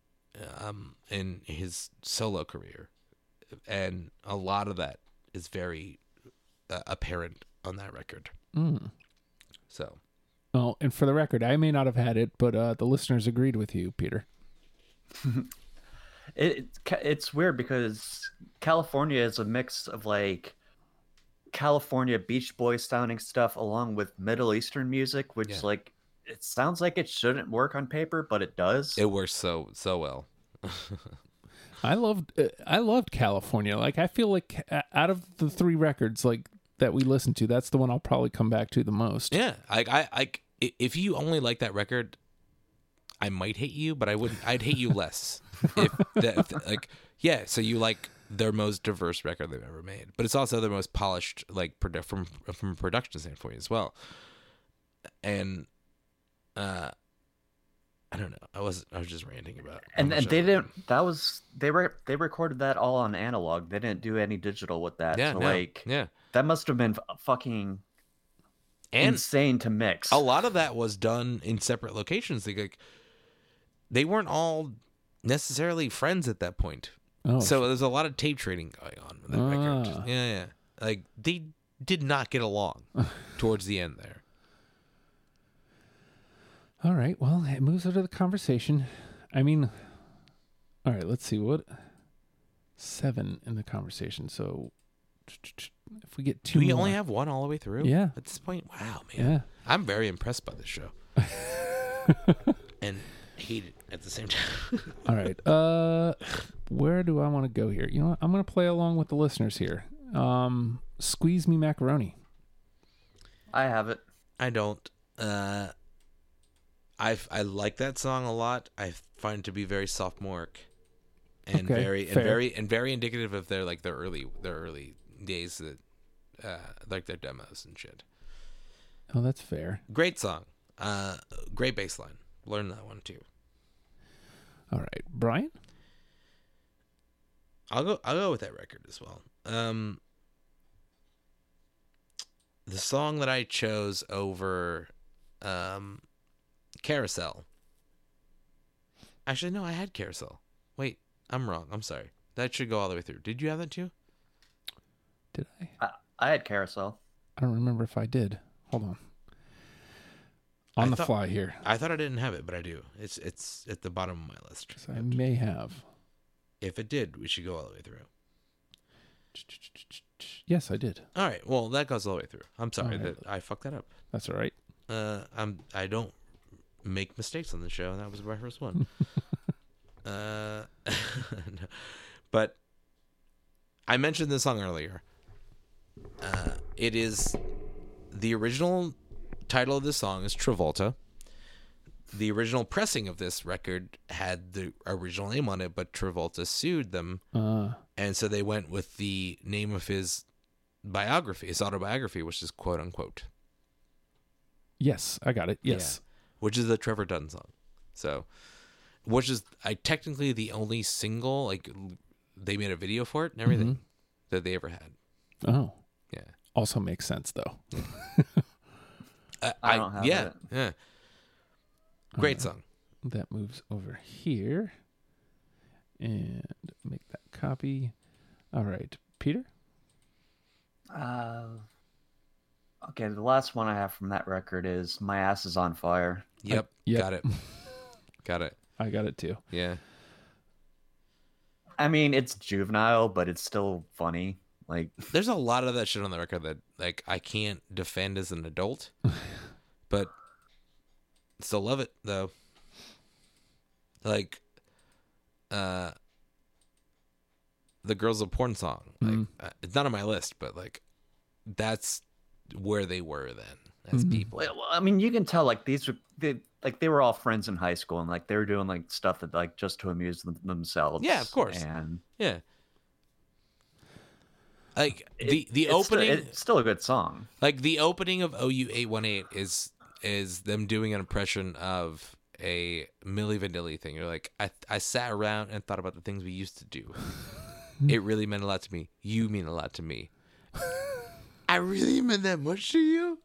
um, in his solo career, and a lot of that is very uh, apparent on that record.
Mm.
So
Oh, and for the record, I may not have had it, but uh, the listeners agreed with you, Peter.
It, it's ca- it's weird because California is a mix of like California Beach Boys sounding stuff along with Middle Eastern music, which
Yeah.
like it sounds like it shouldn't work on paper, but it does.
it works so so well.
I loved, uh, I loved California. Like I feel like uh, out of the three records, like that we listened to, that's the one I'll probably come back to the most.
Yeah, like I like i- if you only like that record, I might hate you, but I wouldn't. I'd hate you less. if that, if- like yeah, so you like their most diverse record they've ever made, but it's also their most polished like produ- from from a production standpoint as well. And uh, I don't know. I was I was just ranting about. how
and
much
and
I
they
love them.
didn't. That was they were they recorded that all on analog. They didn't do any digital with that.
Yeah,
so
no,
like
yeah,
that must have been f- fucking
and
insane to mix.
a lot of that was done in separate locations. They like they weren't all necessarily friends at that point.
Oh,
So there's a lot of tape trading going on with that
Ah.
record. Yeah, yeah. Like they did not get along towards the end there.
all right. Well, it moves out of the conversation. I mean, all right. Let's see what seven in the conversation. So if we get two,
Do we
more-
only have one all the way through?
Yeah.
At this point, wow, man.
yeah.
I'm very impressed by this show. and hate it at the same time.
All right. Uh where do I want to go here? You know what? I'm going to play along with the listeners here. Um squeeze me macaroni.
I have it.
I don't. Uh, I I like that song a lot. I find it to be very sophomoric, and
Okay,
very and
fair.
very and very indicative of their like their early their early days that uh, like their demos and shit.
Oh, that's fair.
Great song. Uh, great bass line. Learn that one too.
All right. Brian?
I'll go. I'll go with that record as well. Um, the song that I chose over, um, Carousel. Actually, no, I had Carousel. Wait, I'm wrong. I'm sorry. That should go all the way through. Did you have that too?
Did I?
I, I had Carousel.
I don't remember if I did. Hold on. On
I
the
thought-
fly here.
I thought I didn't have it, but I do. It's it's at the bottom of my list.
'cause I may have.
If it did, we should go all the way through.
Yes, I did.
All right. Well, that goes all the way through. I'm sorry
All right.
that I fucked that up.
That's all right.
uh, I'm I don't make mistakes on the show, and that was my first one. uh, no. But I mentioned this song earlier. Uh, it is the original title of this song is Travolta. The original pressing of this record had the original name on it, but Travolta sued them
Uh
and so they went with the name of his biography, his autobiography, which is quote unquote,
yes, I got it. Yes.
which is the Trevor Dunn song. So, which is I technically the only single like l- they made a video for it and everything that they ever had.
Oh.
Yeah,
Also makes sense though.
I,
I don't have
yeah,
it.
yeah. Great song.
that moves over here and make that copy. All right, Peter.
Uh, okay, the last one I have from that record is "My Ass Is on Fire."
Yep,
yep.
got it, got it.
I got it too.
Yeah,
I mean, it's juvenile, but it's still funny. Like,
there's a lot of that shit on the record that like I can't defend as an adult, but still love it though. Like, uh, the girls of porn song. Like, uh, it's not on my list, but like, that's where they were then as
Mhm.
people.
Well, I mean, you can tell like these were they, like they were all friends in high school, and like they were doing like stuff that like just to amuse them, themselves.
Yeah, of course.
And
Yeah. Like
it-
the the
it's still-
opening,
it's still a good song.
like the opening of OU eight one eight is is them doing an impression of a Milli Vanilli thing. You're like, I I sat around and thought about the things we used to do. it really meant a lot to me. You mean a lot to me. I really meant that much to you.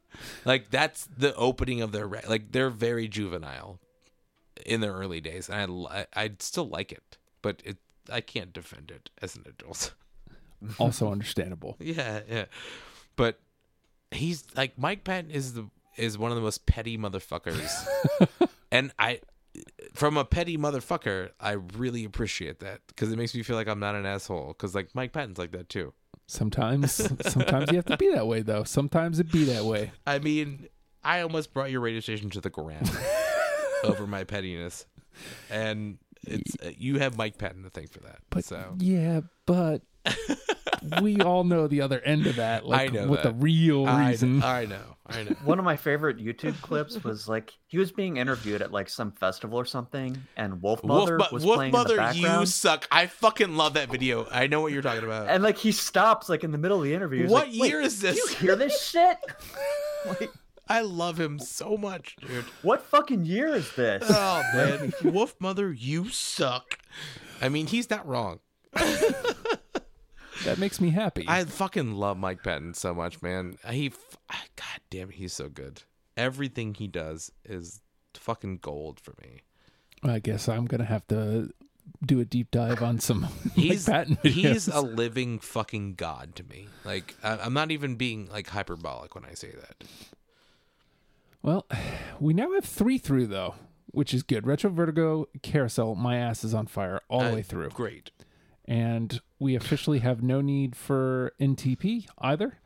Like that's the opening of their re- like they're very juvenile in their early days, and I li- I still like it, but it I can't defend it as an adult.
also understandable.
Yeah, yeah. But he's like Mike Patton is the is one of the most petty motherfuckers. and I from a petty motherfucker, I really appreciate that cuz it makes me feel like I'm not an asshole cuz like Mike Patton's like that too.
Sometimes, sometimes you have to be that way, though. Sometimes it be that way.
I mean, I almost brought your radio station to the ground over my pettiness. And it's uh, you have Mike Patton to thank for that.
But
so
yeah, but we all know the other end of that. Like
know
what
that.
the real
I,
reason.
I know. I know.
One of my favorite YouTube clips was like he was being interviewed at like some festival or something, and Wolf Mother
Wolf, Mo-
was
Wolf
playing in the
Mother, you
background.
suck. I fucking love that video. I know what you're talking about.
And like he stops like in the middle of the interview. He's
what
like, "Wait,
year is
Do you
this?
hear this shit? like,
I love him so much, dude.
what fucking year is this?
Oh man, Wolf Mother, you suck. I mean, he's not wrong.
that makes me happy.
I fucking love Mike Patton so much, man. He, f- ah, god damn, it, he's so good. Everything he does is fucking gold for me.
I guess I'm gonna have to do a deep dive on some
He's
Mike Patton. videos.
he's a living fucking god to me. Like I, I'm not even being like hyperbolic when I say that.
Well, we now have three through though, which is good. Retro Vertigo, Carousel, My Ass is on Fire all the
Uh,
way through.
Great.
And we officially have no need for NTP either.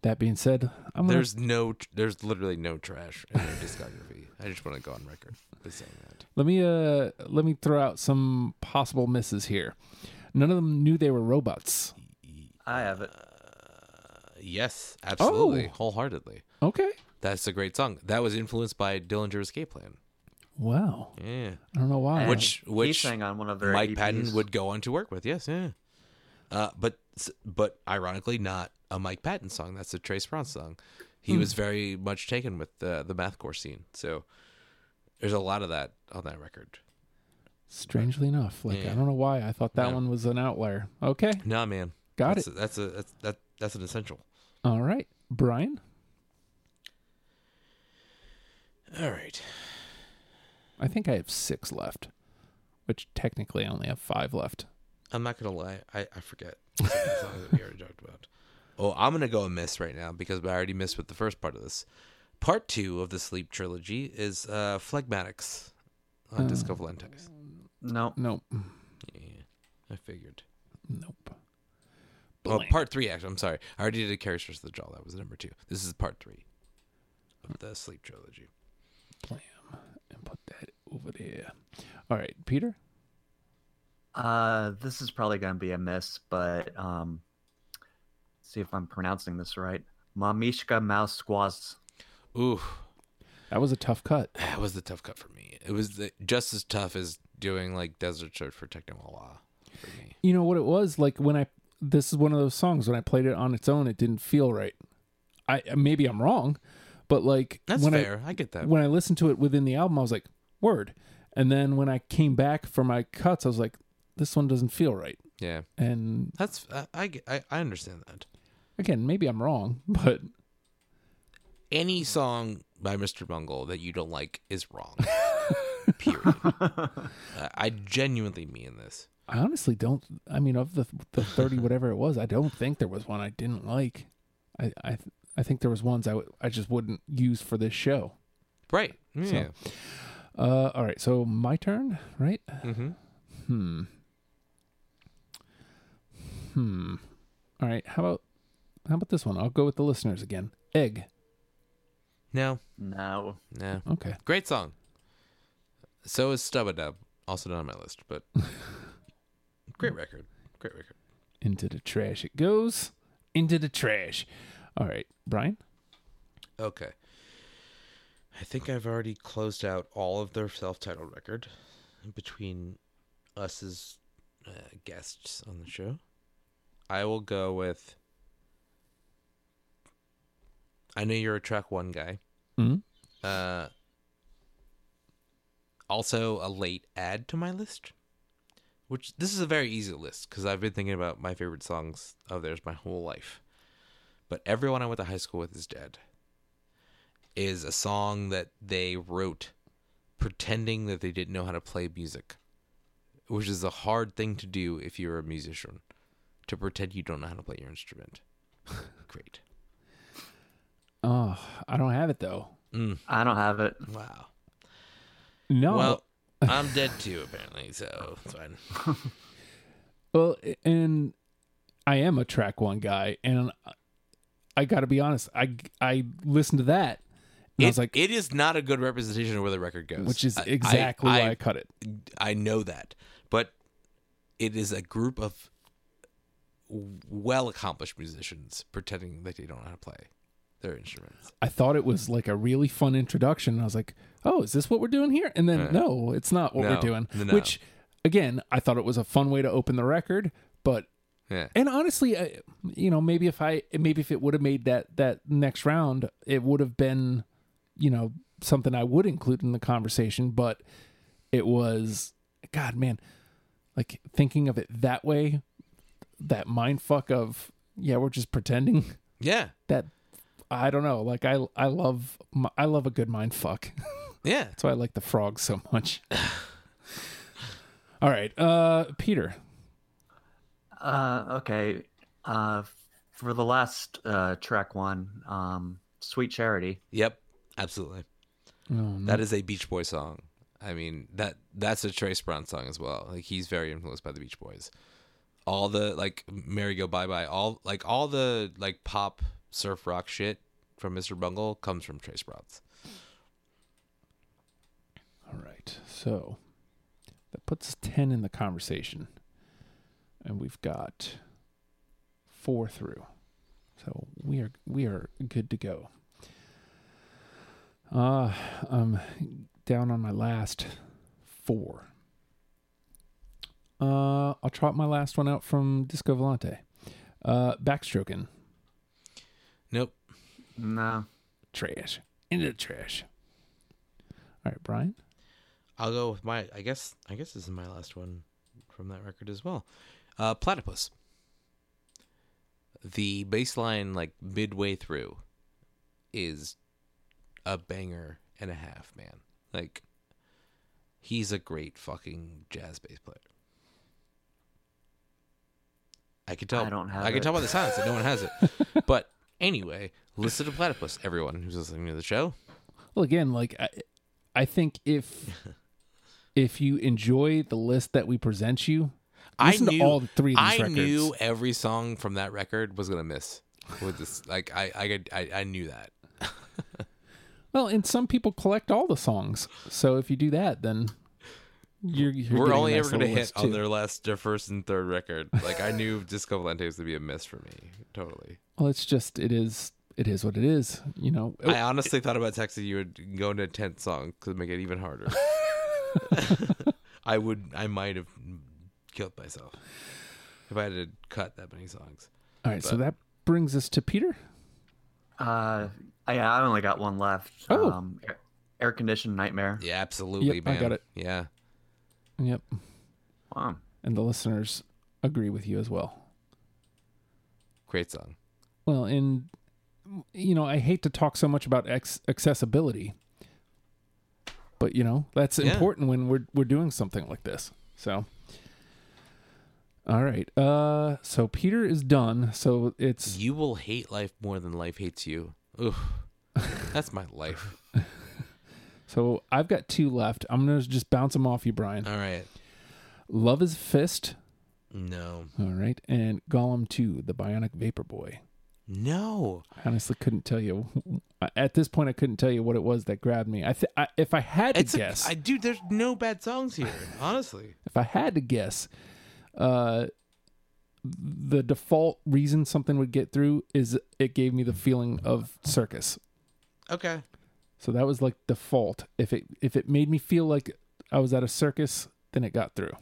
That being said, I'm gonna
There's no, there's literally no trash in their discography. I just want to go on record by saying that.
let me uh let me throw out some possible misses here. None of them knew they were robots.
I have it.
Yes, absolutely, wholeheartedly.
Okay.
That's a great song. That was influenced by Dillinger's Escape Plan.
Wow.
Yeah,
I don't know why.
And
Which-
he
which
sang on one of their E
Mike
EPs.
Patton would go on to work with. Yes, yeah. Uh, but but ironically, not a Mike Patton song. That's a Trace Brown song. He was very much taken with the the mathcore scene. So there's a lot of that on that record.
strangely enough, like I
Yeah.
don't know why I thought that
No.
one was an outlier. Okay.
Nah, man.
Got
that's
it.
A, that's a that's that that's an essential.
All right. Brian,
All right.
I think I have 6 left, which technically I only have 5 left.
I'm not gonna lie, I, I forget the songs that we already talked about. Oh, I'm gonna go and miss right now because I already missed with the first part of this. Part two of the Sleep trilogy is uh, Phlegmatics
Oh.
on Disco Valentine's.
No,
Nope.
Yeah, I figured.
Nope.
Well, part three, actually. I'm sorry. I already did a Characters of the Jaw. That was number two. This is part three of the Sleep trilogy.
Blam. And put that over there. All right, Peter.
uh, this is probably gonna be a miss, but um, see if I'm pronouncing this right. Mamishka Mouse Squaz.
Ooh,
That was a tough cut.
that was the tough cut for me. It was the, just as tough as doing like Desert Search for Technicolor for me.
You know what it was like when I. This is one of those songs when I played it on its own, it didn't feel right. I maybe I'm wrong, but like
That's
when
fair. I, get
I
that.
when I listened to it within the album, I was like, word. And then when I came back for my cuts, I was like, this one doesn't feel right.
yeah.
And
That's I, I get- I I understand that.
again, maybe I'm wrong, but
Any song by Mr. Bungle that you don't like is wrong. Period. I, I genuinely mean this.
I honestly don't. I mean, of the the thirty whatever it was, I don't think there was one I didn't like. I I, th- I think there was ones I w- I just wouldn't use for this show.
Right. Yeah.
Uh, all right, so my turn, right?
hmm
Hmm. Hmm. All right. How about how about this one? I'll go with the listeners again. Egg.
No.
No,
No.
Okay.
Great song. So is Stub a Dub. Also not on my list, but great record. Great record.
Into the trash it goes. Into the trash. All right, Brian.
Okay. I think I've already closed out all of their self-titled record between us as uh, guests on the show. I will go with. I know you're a track one guy.
Mhm.
Uh, also, a late add to my list, which this is a very easy list because I've been thinking about my favorite songs of theirs my whole life. But everyone I went to high school with is dead is a song that they wrote pretending that they didn't know how to play music, which is a hard thing to do if you're a musician, to pretend you don't know how to play your instrument. Great.
Oh, I don't have it though.
Mm,
I don't have it.
wow.
No.
Well, I'm dead too, apparently, so it's fine.
Well, and I am a track one guy, and I got to be honest. I I listened to that, and I was
It-
like,
it is not a good representation of where the record goes.
which is
I- I-
exactly
I,
why I cut it.
I know that, but it is a group of well accomplished musicians pretending that they don't know how to play their instruments.
I thought it was like a really fun introduction. and I was like, oh, is this what we're doing here? And then no, it's not what
Uh, No,
we're doing.
no.
Which, again, I thought it was a fun way to open the record, but
Yeah.
and honestly, I, you know, maybe if I maybe if it would have made that that next round, it would have been, you know, something I would include in the conversation. But it was, God, man, like thinking of it that way, that mind fuck of yeah, we're just pretending
Yeah.
that I don't know. Like I I love my, I love a good mind fuck.
Yeah.
That's why I like the frog so much. All right, uh, Peter.
Uh, okay. Uh, for the last uh, track one, um, Sweet Charity.
Yep. Absolutely.
Oh, no.
That is a Beach Boy song. I mean, that that's a Trace Brown song as well. Like he's very influenced by the Beach Boys. All the like Mary Go Bye Bye, all like all the like pop surf rock shit from Mr. Bungle comes from Trace Brown's.
All right, so that puts ten in the conversation, and we've got four through. So we are we are good to go. Uh, I'm down on my last four. Uh, I'll trot my last one out from Disco Volante. Uh, backstroking
Nope.
No.
trash into the trash. All right, Brian.
I'll go with my I guess I guess this is my last one from that record as well. Uh Platypus. The bass line like midway through is a banger and a half, man. Like he's a great fucking jazz bass player. I can tell
I don't have
I can
it.
tell by the silence that no one has it. but anyway, listen to Platypus, everyone who's listening to the show.
Well, again, like I, I think if if you enjoy the list that we present you, listen
I knew
to all the three of these
I
records.
knew every song from that record was gonna miss. With this, like I, I, could- I, I knew that.
Well, and some people collect all the songs, so if you do that, then you're, you're
We're
getting a
only
nice
ever gonna
little
hit
list,
on
too.
their last, their first and third record. Like I knew Disco Volante was gonna be a miss for me. Totally.
Well, it's just it is it is what it is, you know.
I honestly thought about texting you and going to a tenth song to make it even harder. I would, I might have killed myself if I had to cut that many songs.
all right, so that brings us to Peter.
Uh, I, I only got one left.
Oh.
Um, air, air conditioned nightmare.
Yeah, absolutely,
Yep, I
man.
got it.
Yeah,
Yep,
Wow.
and the listeners agree with you as well.
great song.
Well, and you know, I hate to talk so much about ex- accessibility, but you know, that's
Yeah.
important when we're we're doing something like this. So, all right. Uh, so Peter is done. So it's
You will hate life more than life hates you. Oof. That's my life.
so I've got two left. I'm gonna just bounce them off you, Brian.
All right.
Love is a fist.
No.
All right, and Gollum two, the Bionic Vapor Boy.
No.
I honestly couldn't tell you. At this point, I couldn't tell you what it was that grabbed me. I, th- I if I had to
It's a,
guess,
I dude, there's no bad songs here, honestly.
if I had to guess, uh, the default reason something would get through is it gave me the feeling of circus.
Okay.
So that was like default. If it if it made me feel like I was at a circus, then it got through.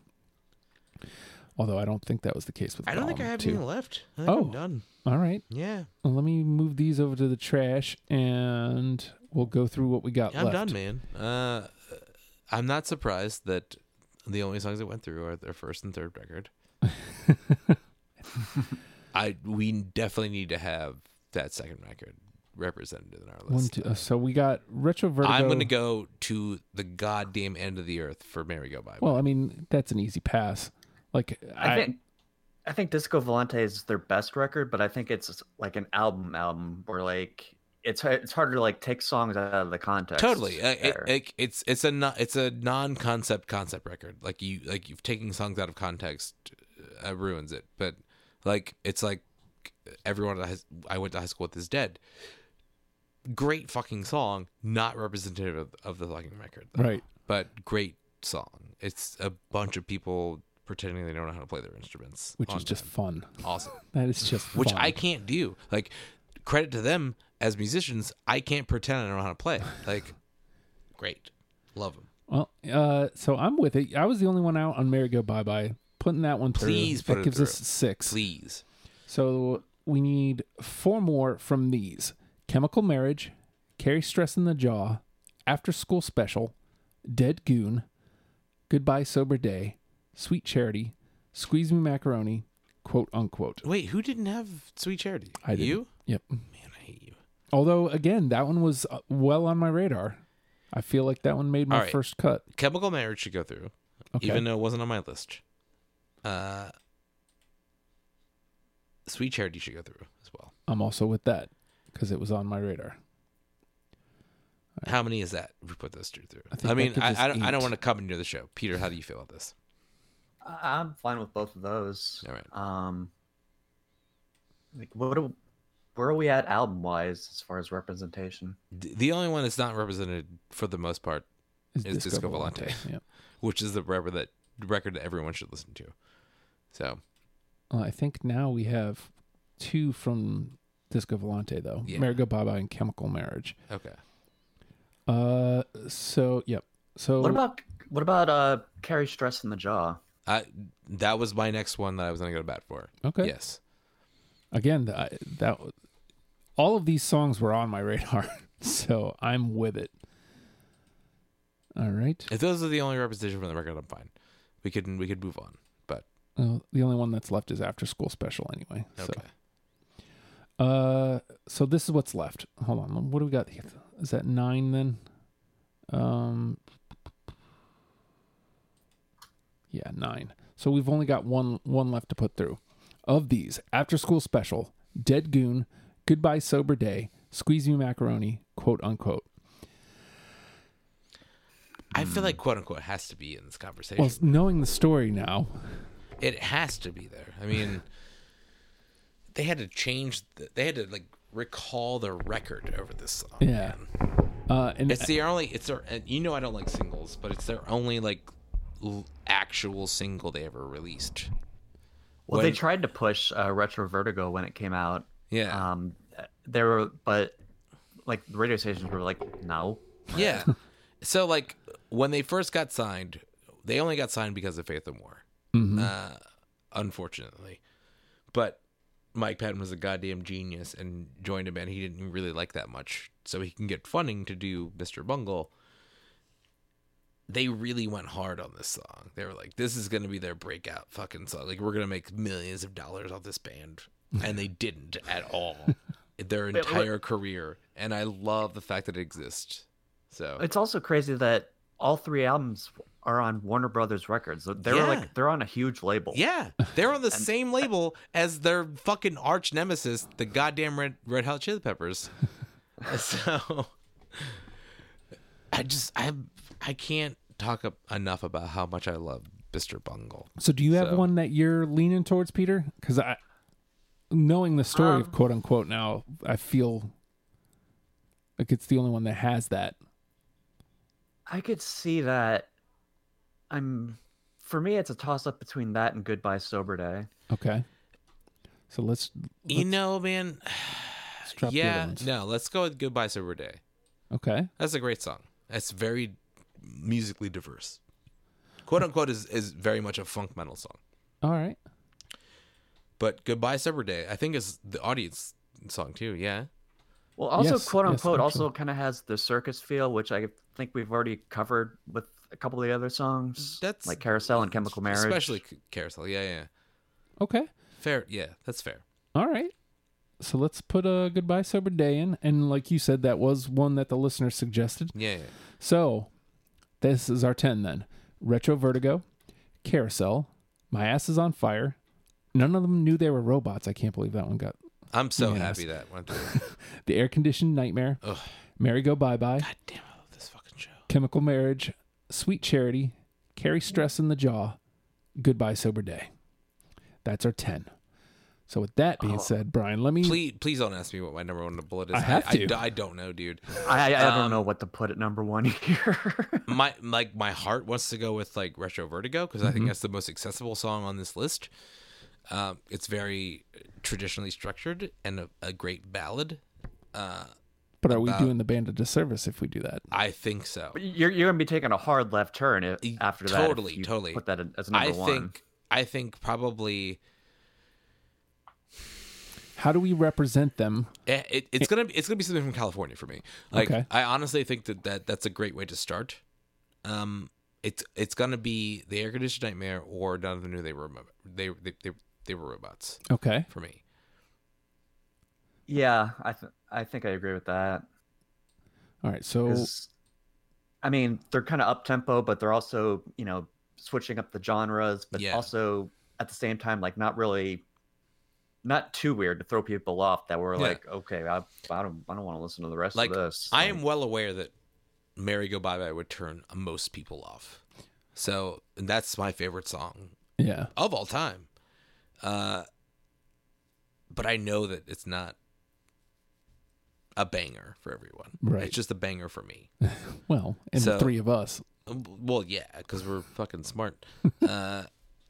Although I don't think that was the case with.
I don't think I
Gollum,
have
too.
any left. I think I'm
Oh.
done.
All right,
Yeah.
well, let me move these over to the trash, and we'll go through what we got
I'm
left.
done, man. Uh, I'm not surprised that the only songs that went through are their first and third record. I we definitely need to have that second record represented in our list.
One, two, uh, so we got retro vertigo.
I'm gonna go to the goddamn end of the earth for Mary Go Bye. Bye.
Well, I mean that's an easy pass. Like
I think I think Disco Volante is their best record, but I think it's like an album album where like it's it's harder to like take songs out of the context.
totally uh, it,
there.
it, it's it's a non, it's a non-concept concept record like you like you've taking songs out of context uh, ruins it but like it's like everyone that has, i went to high school with is dead great fucking song not representative of, of the fucking record though.
right.
but great song it's a bunch of people pretending they don't know how to play their instruments
which
on
is just
time.
fun.
awesome
That is just
which
fun.
I can't do. Like credit to them as musicians, I can't pretend I don't know how to play. Like great. Love them.
Well, uh, so I'm with it. I was the only one out on Merry Go Bye Bye. Putting that one through.
Please put
that
it
gives
through.
us six.
Please.
So we need four more from these: Chemical Marriage, Carry Stress in the Jaw, After School Special, Dead Goon, Goodbye Sober Day, Sweet Charity, Squeeze Me Macaroni, quote unquote.
Wait, who didn't have Sweet Charity?
I didn't.
You?
Yep.
Man, I hate you.
Although again, that one was uh, well on my radar. I feel like that one made my
All right.
first cut.
Chemical Marriage should go through,
Okay.
even though it wasn't on my list. Uh, Sweet Charity should go through as well.
I'm also with that because it was on my radar.
How many is that? If we put those two through.
I think
I,
that
mean,
gives us
I, I don't, I don't
eight.
want to come into the show. Peter, how do you feel about this?
I- I'm fine with both of those.
All right.
Um, like what? do- where are we at album wise as far as representation?
D- The only one that's not represented for the most part Is Disco Volante.
Yeah.
which is the record that record that everyone should listen to. So
Well, I think now we have two from Disco Volante though.
Yeah.
Merry Go Bye Bye and Chemical Marriage.
okay,
Uh so yep. So
What about what about uh carry stress in the jaw?
I that was my next one that I was gonna go to bat for.
okay.
Yes,
Again, th- I- that w- all of these songs were on my radar. so I'm with it. All right.
if those are the only representation from the record, I'm fine. We could we could move on, but
Uh, the only one that's left is After School Special anyway. So
okay.
Uh, so this is what's left. Hold on. What do we got? here? Is that nine then? Um, yeah, nine. So we've only got one one left to put through. Of these, after school special, dead goon, goodbye sober day, squeeze me macaroni, quote unquote.
I feel like quote unquote has to be in this conversation.
Well, knowing the story now,
it has to be there. I mean, they had to change. The, they had to like recall the record over this song.
yeah. Uh, and
It's their only. It's their. And you know I don't like singles, but it's their only like l- actual single they ever released.
Well, they
When-
tried to push uh, Retro Vertigo when it came out.
Yeah.
Um, there were, but like the radio stations were like, no.
Yeah. so like when they first got signed, they only got signed because of Faith and War,
mm-hmm.
uh, unfortunately. But Mike Patton was a goddamn genius and joined a band he didn't really like that much, so he can get funding to do Mr. Bungle. They really went hard on this song. They were like, "This is going to be their breakout fucking song. Like, we're going to make millions of dollars off this band," and they didn't at all. Their
Wait, what-
entire career, and I love the fact that it exists. So
It's also crazy that all three albums are on Warner Brothers Records. They're
Yeah.
like they're on a huge label.
Yeah, they're on the same label as their fucking arch nemesis, the goddamn Red, Red Hot Chili Peppers. so I just I I can't talk up enough about how much I love Mr. Bungle.
so do you have
So-
one that you're leaning towards, Peter? Because I, knowing the story of
Um,
quote unquote now, I feel like it's the only one that has that.
I could see that. I'm for me, it's a toss up between that and Goodbye Sober Day.
Okay. So let's,
You know, man.
let's drop the other
yeah,
ones.
no. Let's go with "Goodbye Sober Day."
Okay.
That's a great song. It's very musically diverse. "Quote unquote" is is very much a funk metal song.
All right.
But "Goodbye Sober Day," I think, is the audience song too. Yeah,
Well, also
Yes,
quote
yes,
unquote, also
actually.
kind of has the circus feel, which I think we've already covered with a couple of the other songs.
That's-
like Carousel and Chemical Marriage.
especially C- "Carousel." Yeah, yeah.
Okay.
Fair. Yeah, that's fair.
All right. So let's put a goodbye sober day in, and like you said, that was one that the listener suggested.
Yeah, yeah.
So this is our ten then: Retro Vertigo, Carousel, My Ass Is on Fire. None of them knew they were robots. I can't believe that one got
I'm so
Yes.
happy that went through.
the air conditioned nightmare.
Ugh.
Merry Go Bye Bye.
God damn, I love this fucking show.
Chemical Marriage, Sweet Charity, Carry Stress in the Jaw, Goodbye Sober Day. That's our 10. So, with that being said, Brian, let me.
Oh, Please, please don't ask me what my number one bullet is.
I have
I,
to.
I don't know, dude.
I, I
Um,
don't know what to put at number one here.
My like my heart wants to go with like Retro Vertigo because I think that's the most accessible song on this list. Um, it's very traditionally structured and a, a great ballad. Uh,
But are we doing the band a disservice if we do that?
I think so.
you're you're gonna be taking a hard left turn if,
Y-
after that. if
E, totally,
you
totally.
Put that in- as number
I
one.
think I think probably
How do we represent them?
eh, it, it's gonna be, it's gonna be something from California for me. Like
Okay.
I honestly think that, that that's a great way to start. Um, it's it's gonna be the air conditioned nightmare or none of them knew they were Robo- they they they, they were robots
Okay.
for me.
Yeah, I th- I think I agree with that.
All right. So,
'Cause, I mean, they're kind of up tempo, but they're also you know switching up the genres, but
Yeah.
also at the same time, like not really, not too weird to throw people off that were
Yeah.
like, okay, I, I don't I don't want to listen to the rest
Like,
of this.
I am well aware that Mary Go Bye Bye would turn most people off. So that's my favorite song
yeah.
of all time. Uh, but I know that it's not a banger for everyone.
Right.
It's just a banger for me.
Well, and the
So-
three of us.
Um, Well, yeah, because we're fucking smart. Uh,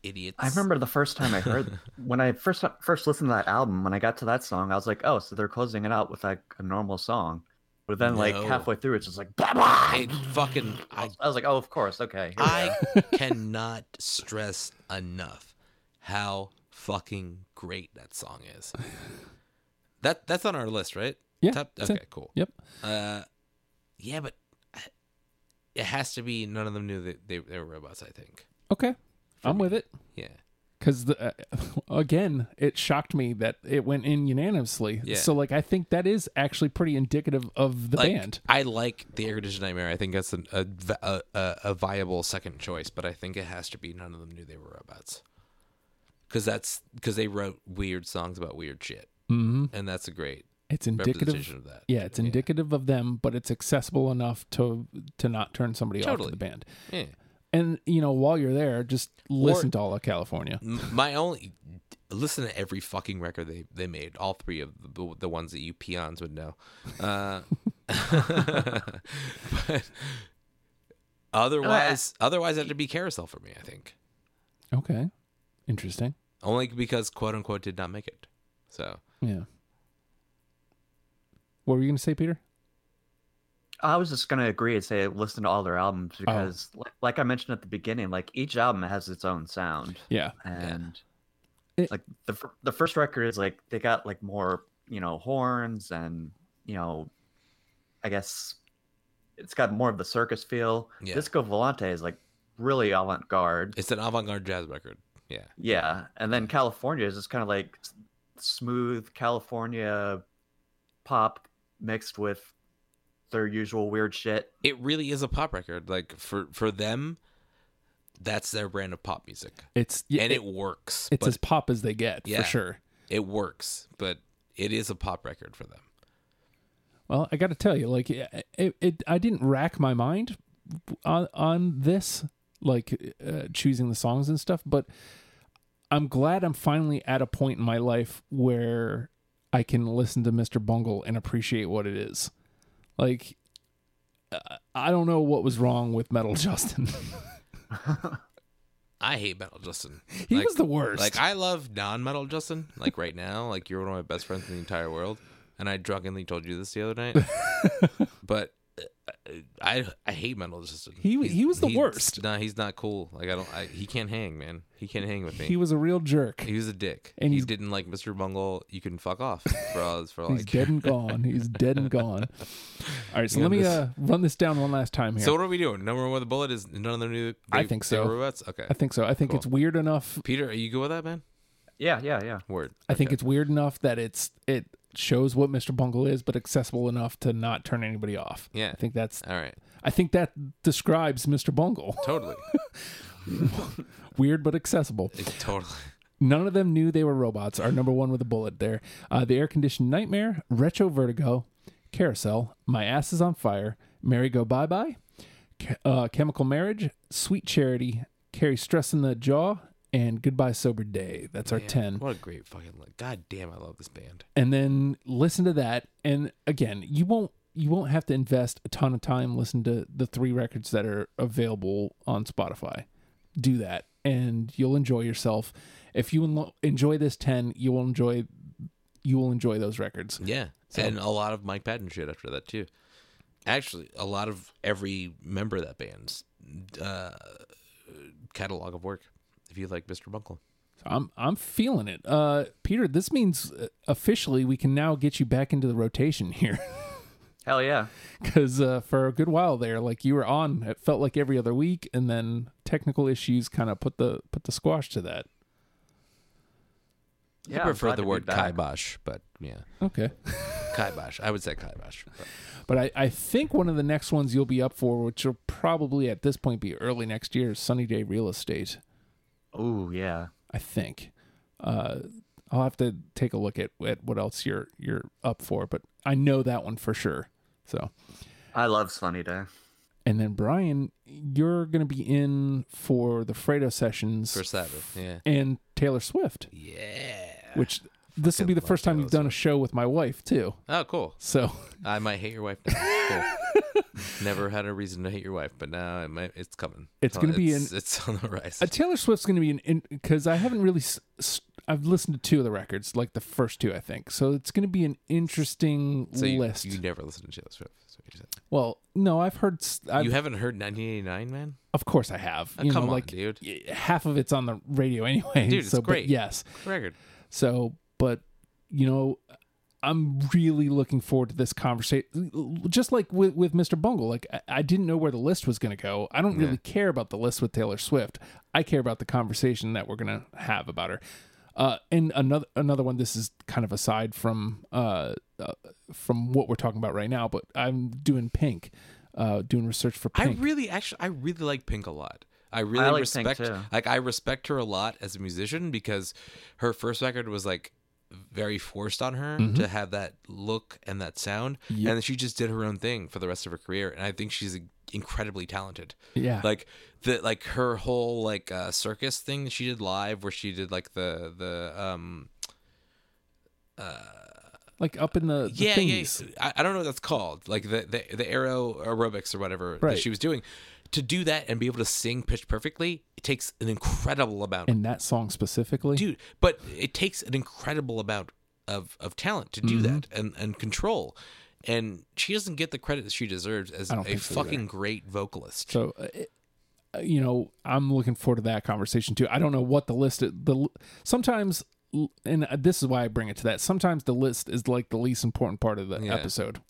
idiots.
I remember the first time I heard when I first first listened to that album. When I got to that song, I was like, "Oh, so they're closing it out with like a normal song," but then like
No.
halfway through, it's just like, blah, blah.
It fucking. I,
I, I was like, "Oh, of course, okay." here we
I
go."
cannot stress enough how fucking great that song is. That that's on our list, right?
Yeah,
Top-
that's
okay.
it.
Cool.
Yep.
Uh, yeah, but I- it has to be. None of them knew that they, they were robots. I think.
Okay. I'm with it.
Yeah.
Because uh, again, it shocked me that it went in unanimously.
Yeah.
So, like, I think that is actually pretty indicative of the
Like,
band.
I like the Air Conditioned Nightmare. I think that's an, a, vi- a a a viable second choice, but I think it has to be. None of them knew they were robots. Because that's because they wrote weird songs about weird shit,
hmm
and that's a great
It's indicative
representation of that.
Yeah, it's indicative of them, but it's accessible enough to to not turn somebody off
Totally.
to the band.
Yeah.
And you know, while you're there, just listen to all of California.
M- My only listen to every fucking record they they made. All three of the, the ones that you peons would know. Uh, but otherwise, otherwise, that'd be carousel for me. I think
Okay, interesting.
only because quote unquote did not make it. So
Yeah. What were you gonna say, Peter?
I was just gonna agree and say listen to all their albums
Oh.
because, li- like I mentioned at the beginning, like each album has its own sound,
Yeah.
and
It-
like the fir- the first record is like they got like more you know horns and you know, I guess it's got more of the circus feel.
Yeah.
Disco Volante is like really avant garde,
it's an avant garde jazz record. Yeah,
yeah, and then California is just kind of like s- smooth California pop mixed with their usual weird shit.
it really is a pop record. Like for for them, that's their brand of pop music,
It's yeah,
and
it,
it, works.
it's
but
as pop as they get
Yeah.
for sure.
it works, but it is a pop record for them.
Well, I got to tell you, like, it, it, it, I didn't rack my mind on on this, like, uh, choosing the songs and stuff. But I'm glad I'm finally at a point in my life where I can listen to Mr. Bungle and appreciate what it is. Like, uh, I don't know what was wrong with Metal Justin.
I hate Metal Justin.
He
Like-
was the worst.
Like I love non-metal Justin. Like right now, like you're one of my best friends in the entire world, and I drunkenly told you this the other night. but uh, I I hate metal Justin.
He wa-
He's-
he was the
he's-
worst.
Nah, he's not cool. Like I don't. I, he can't hang, man. He can't hang with me.
he was a real jerk.
He was a dick.
And
And he
he's-
didn't like Mr. Bungle. You can fuck off for all for
He's
like.
dead and gone. He's dead and gone. All right, so
Yeah,
let me
this-
uh, run this down one last time here.
So what are we doing? Number one with a bullet is none of the new.
I
they-
think
they
so.
were robots. Okay.
I think so. I think it's weird enough.
Peter, are you good with that, man?
Yeah, yeah, yeah.
Word.
I think
Okay.
it's weird enough that it's it shows what Mr. Bungle is, but accessible enough to not turn anybody off.
Yeah.
I think that's.
all right.
I think that describes Mr. Bungle.
Totally.
weird but accessible.
It's totally.
None of them knew they were robots. Our number one with a bullet there. Uh, the air conditioned nightmare, retro vertigo, carousel, my ass is on fire, Mary go bye bye, Ch- uh, chemical marriage, sweet charity, carry stress in the jaw, and goodbye sober day. That's our
Man,
ten.
What a great fucking look. God damn, I love this band.
And then listen to that. And again, you won't you won't have to invest a ton of time listening to the three records that are available on Spotify. Do that, and you'll enjoy yourself. If you enlo- enjoy this ten, you will enjoy you will enjoy those records.
Yeah. and a lot of Mike Patton shit after that too. Actually, a lot of every member of that band's uh, catalog of work. If you like Mr. Bunkle.
So I'm I'm feeling it, uh, Peter. This means uh, officially we can now get you back into the rotation here.
Hell yeah.
because uh, for a good while there, like you were on, it felt like every other week, and then technical issues kind of put the put the squash to that.
Yeah,
I
I'm
prefer
glad
the
to be
word
back.
kibosh, but yeah.
Okay,
Kibosh. I would say kibosh. but-
but I, I think one of the next ones you'll be up for, which will probably at this point be early next year, is Sunny Day Real Estate.
Oh yeah.
I think. Uh, I'll have to take a look at, at what else you're you're up for, but I know that one for sure. So,
I love Sunny Day.
and then Brian, you're gonna be in for the Fredo sessions
For Sabbath. Yeah.
and Taylor Swift.
Yeah.
which this will be the
love
first time
Taylor
you've done a show with my wife too.
Oh, cool.
So
I might hate your wife now. Cool. Never had a reason to hate your wife, but now it might, it's coming.
It's gonna be
it's, it's on the rise.
uh, Taylor Swift's going to be an because I haven't really s- s- I've listened to two of the records, like the first two, I think. So it's going to be an interesting
so you,
list.
you never listen to Taylor Swift. That's what you said.
well, no, I've heard. s- I've,
You haven't heard 1989, man?
of course, I have.
Oh,
you
come
know,
on,
like
dude.
y- half of it's on the radio anyway.
Dude, it's
so, but
great.
yes.
Record.
So, but you know, I'm really looking forward to this conversation. Just like with, with Mr. Bungle, like I, I didn't know where the list was going to go. I don't really care about the list with Taylor Swift. I care about the conversation that we're going to have about her. Uh, and another another one. This is kind of aside from uh, uh from what we're talking about right now, but I'm doing Pink, uh, doing research for
I
Pink.
really actually I really like Pink a lot. I really
like Pink,
respect
too.
like I respect her a lot as a musician because her first record was like very forced on her to have that look and that sound
Mm-hmm. Yep.
and she just did her own thing for the rest of her career and I think she's incredibly talented.
yeah,
Like the like her whole like uh, circus thing that she did live where she did like the the um
like up in the, the
yeah, yeah.
thingies.
I, I don't know what that's called, like the the, the aero aerobics or whatever
Right.
that she was doing. To do that and be able to sing pitch perfectly, it takes an incredible amount,
and that song specifically.
dude. But it takes an incredible amount of of talent to do that
Mm-hmm.
and and control. And she doesn't get the credit that she deserves as
I don't
a
think so
fucking great vocalist.
So, uh, it- uh, you know, I'm looking forward to that conversation too. I don't know what the list the l- sometimes, l- and uh, this is why I bring it to that. Sometimes the list is like the least important part of the
Yeah.
episode,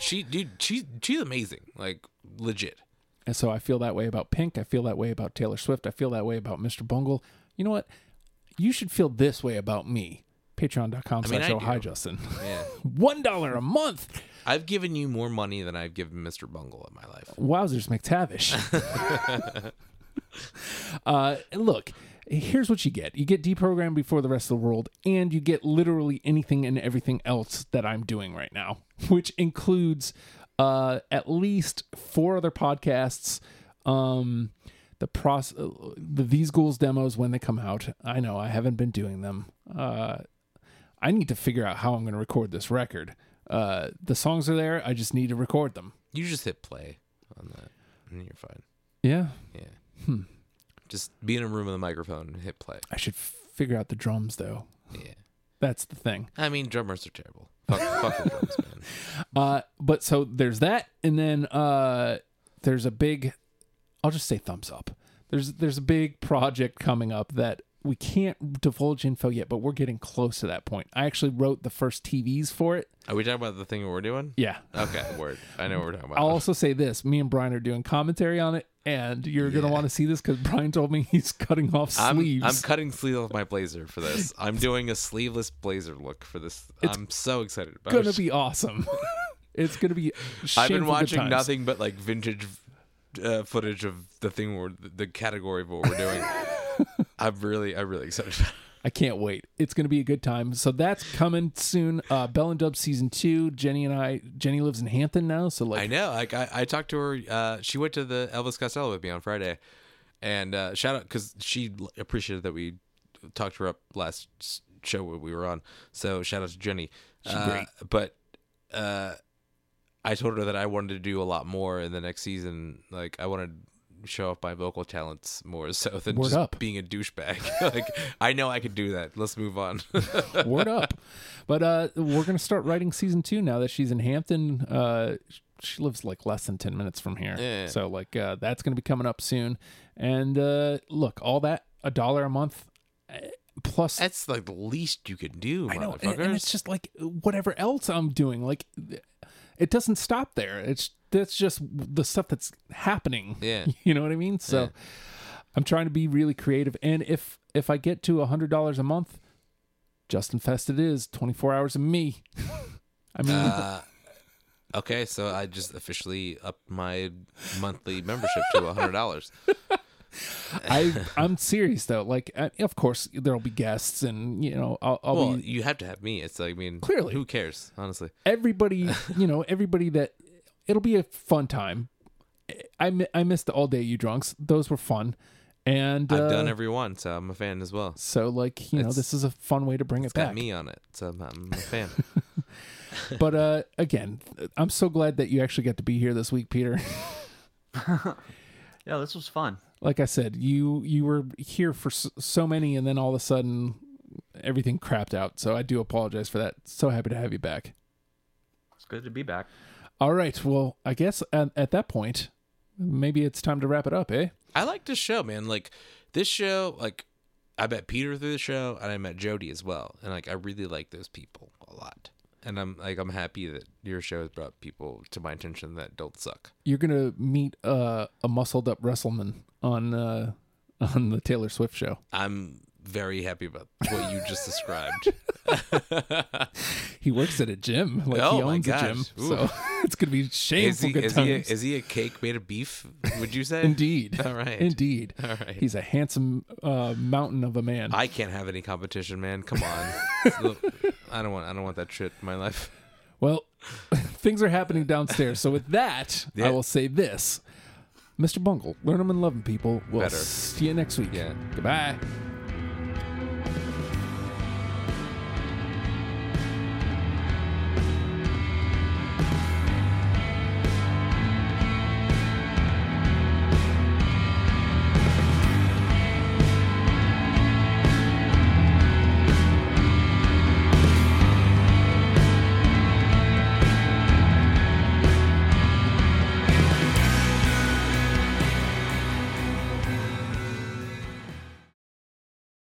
she, dude, she she's amazing, like legit.
and so I feel that way about Pink. I feel that way about Taylor Swift. I feel that way about Mr. Bungle. You know what? You should feel this way about me. Patreon.com
mean,
slash
I
oh hi
do.
Justin.
Yeah,
One dollar a month.
I've given you more money than I've given Mr. Bungle in my life.
Wowzers McTavish. uh, look, here's what you get you get deprogrammed before the rest of the world, and you get literally anything and everything else that I'm doing right now, which includes uh, at least four other podcasts. Um, the process, the these ghouls demos when they come out. I know I haven't been doing them. Uh, I need to figure out how I'm going to record this record. Uh, the songs are there. I just need to record them.
You just hit play on that, and you're fine.
Yeah,
Yeah. Just be in a room with a microphone and hit play.
I should figure out the drums though.
Yeah.
That's the thing.
I mean, drummers are terrible. Fuck, fuck the drums, man.
Uh, but so there's that, and then uh, there's a big, I'll just say thumbs up. There's there's a big project coming up that we can't divulge info yet, but we're getting close to that point. I actually wrote the first TVs for it.
Are we talking about the thing we're doing?
Yeah.
Okay, word. I know what we're talking about.
I'll also say this: me and Brian are doing commentary on it, and you're gonna
Yeah.
want to see this because Brian told me he's cutting off
I'm,
sleeves.
I'm cutting sleeve off my blazer for this. I'm doing a sleeveless blazer look for this. I'm so excited about
gonna
it.
be awesome. it's gonna be.
I've
shameful
been
good
watching
times.
nothing but like vintage uh, footage of the thing we're the category of what we're doing. I'm really, I'm really excited. About it.
I can't wait. It's going to be a good time. So that's coming soon. Uh, Bell and Dub season two. Jenny and I. Jenny lives in Hampton now, so
I
like
know. Like I, I talked to her. Uh, she went to the Elvis Costello with me on Friday, and uh, shout out because she l- appreciated that we talked her up last s- show we were on. So shout out to Jenny. Uh,
great.
But uh, I told her that I wanted to do a lot more in the next season. Like I wanted to show off my vocal talents more so than
Word
just
up.
being a douchebag. like I know I could do that. Let's move on.
word up. But uh, we're going to start writing season two now that she's in Hampton. Uh, she lives like less than ten minutes from here,
Yeah.
so like uh, that's going to be coming up soon. And uh, look, all that a dollar a month uh, plus
That's like the least you could do,
I know,
motherfuckers.
and, and it's just like whatever else I'm doing, like th- it doesn't stop there. It's that's just the stuff that's happening.
Yeah.
you know what I mean. So
Yeah.
I'm trying to be really creative, and if if I get to a hundred dollars a month, Justin Fest it is 24 hours of me. I mean,
Uh, okay, so I just officially upped my monthly membership to hundred dollars.
I I'm serious though. Like, I, of course there'll be guests, and you know I'll, I'll
Well,
be
you have to have me. It's like I mean,
Clearly.
who cares? Honestly,
everybody, you know, everybody that it'll be a fun time. I mi- I missed the all day you drunks. Those were fun, and uh,
I've done every one, so I'm a fan as well.
so like you know
It's-
this is a fun way to bring it
It's got
back.
me on it, so I'm, I'm a fan.
But uh, again, I'm so glad that you actually got to be here this week, Peter.
Yeah, this was fun.
like I said, you you were here for s- so many, and then all of a sudden everything crapped out. So I do apologize for that. So happy to have you back.
It's good to be back.
All right. Well, I guess at, at that point, maybe it's time to wrap it up, eh?
I like this show, man. Like this show, like I met Peter through the show, and I met Jody as well, and like I really like those people a lot. And I'm like I'm happy that your show has brought people to my attention that don't suck.
you're gonna meet uh, a muscled up wrestleman on uh, on the Taylor Swift show.
I'm very happy about what you just described.
He works at a gym. Like
Oh,
he
my
owns a gym.
gosh. Ooh.
So it's gonna be
is
shameful
he
good
is he, a,
times.
is he a cake made of beef? Would you say?
Indeed.
All right.
Indeed.
All right.
He's a handsome uh, mountain of a man.
I can't have any competition, man. Come on. I don't want. I don't want that shit in my life.
well, things are happening downstairs. So with that, I
Yeah.
will say this. Mr. Bungle, learn 'em and love 'em, people. We'll
Better.
see you next week.
Yeah.
Goodbye.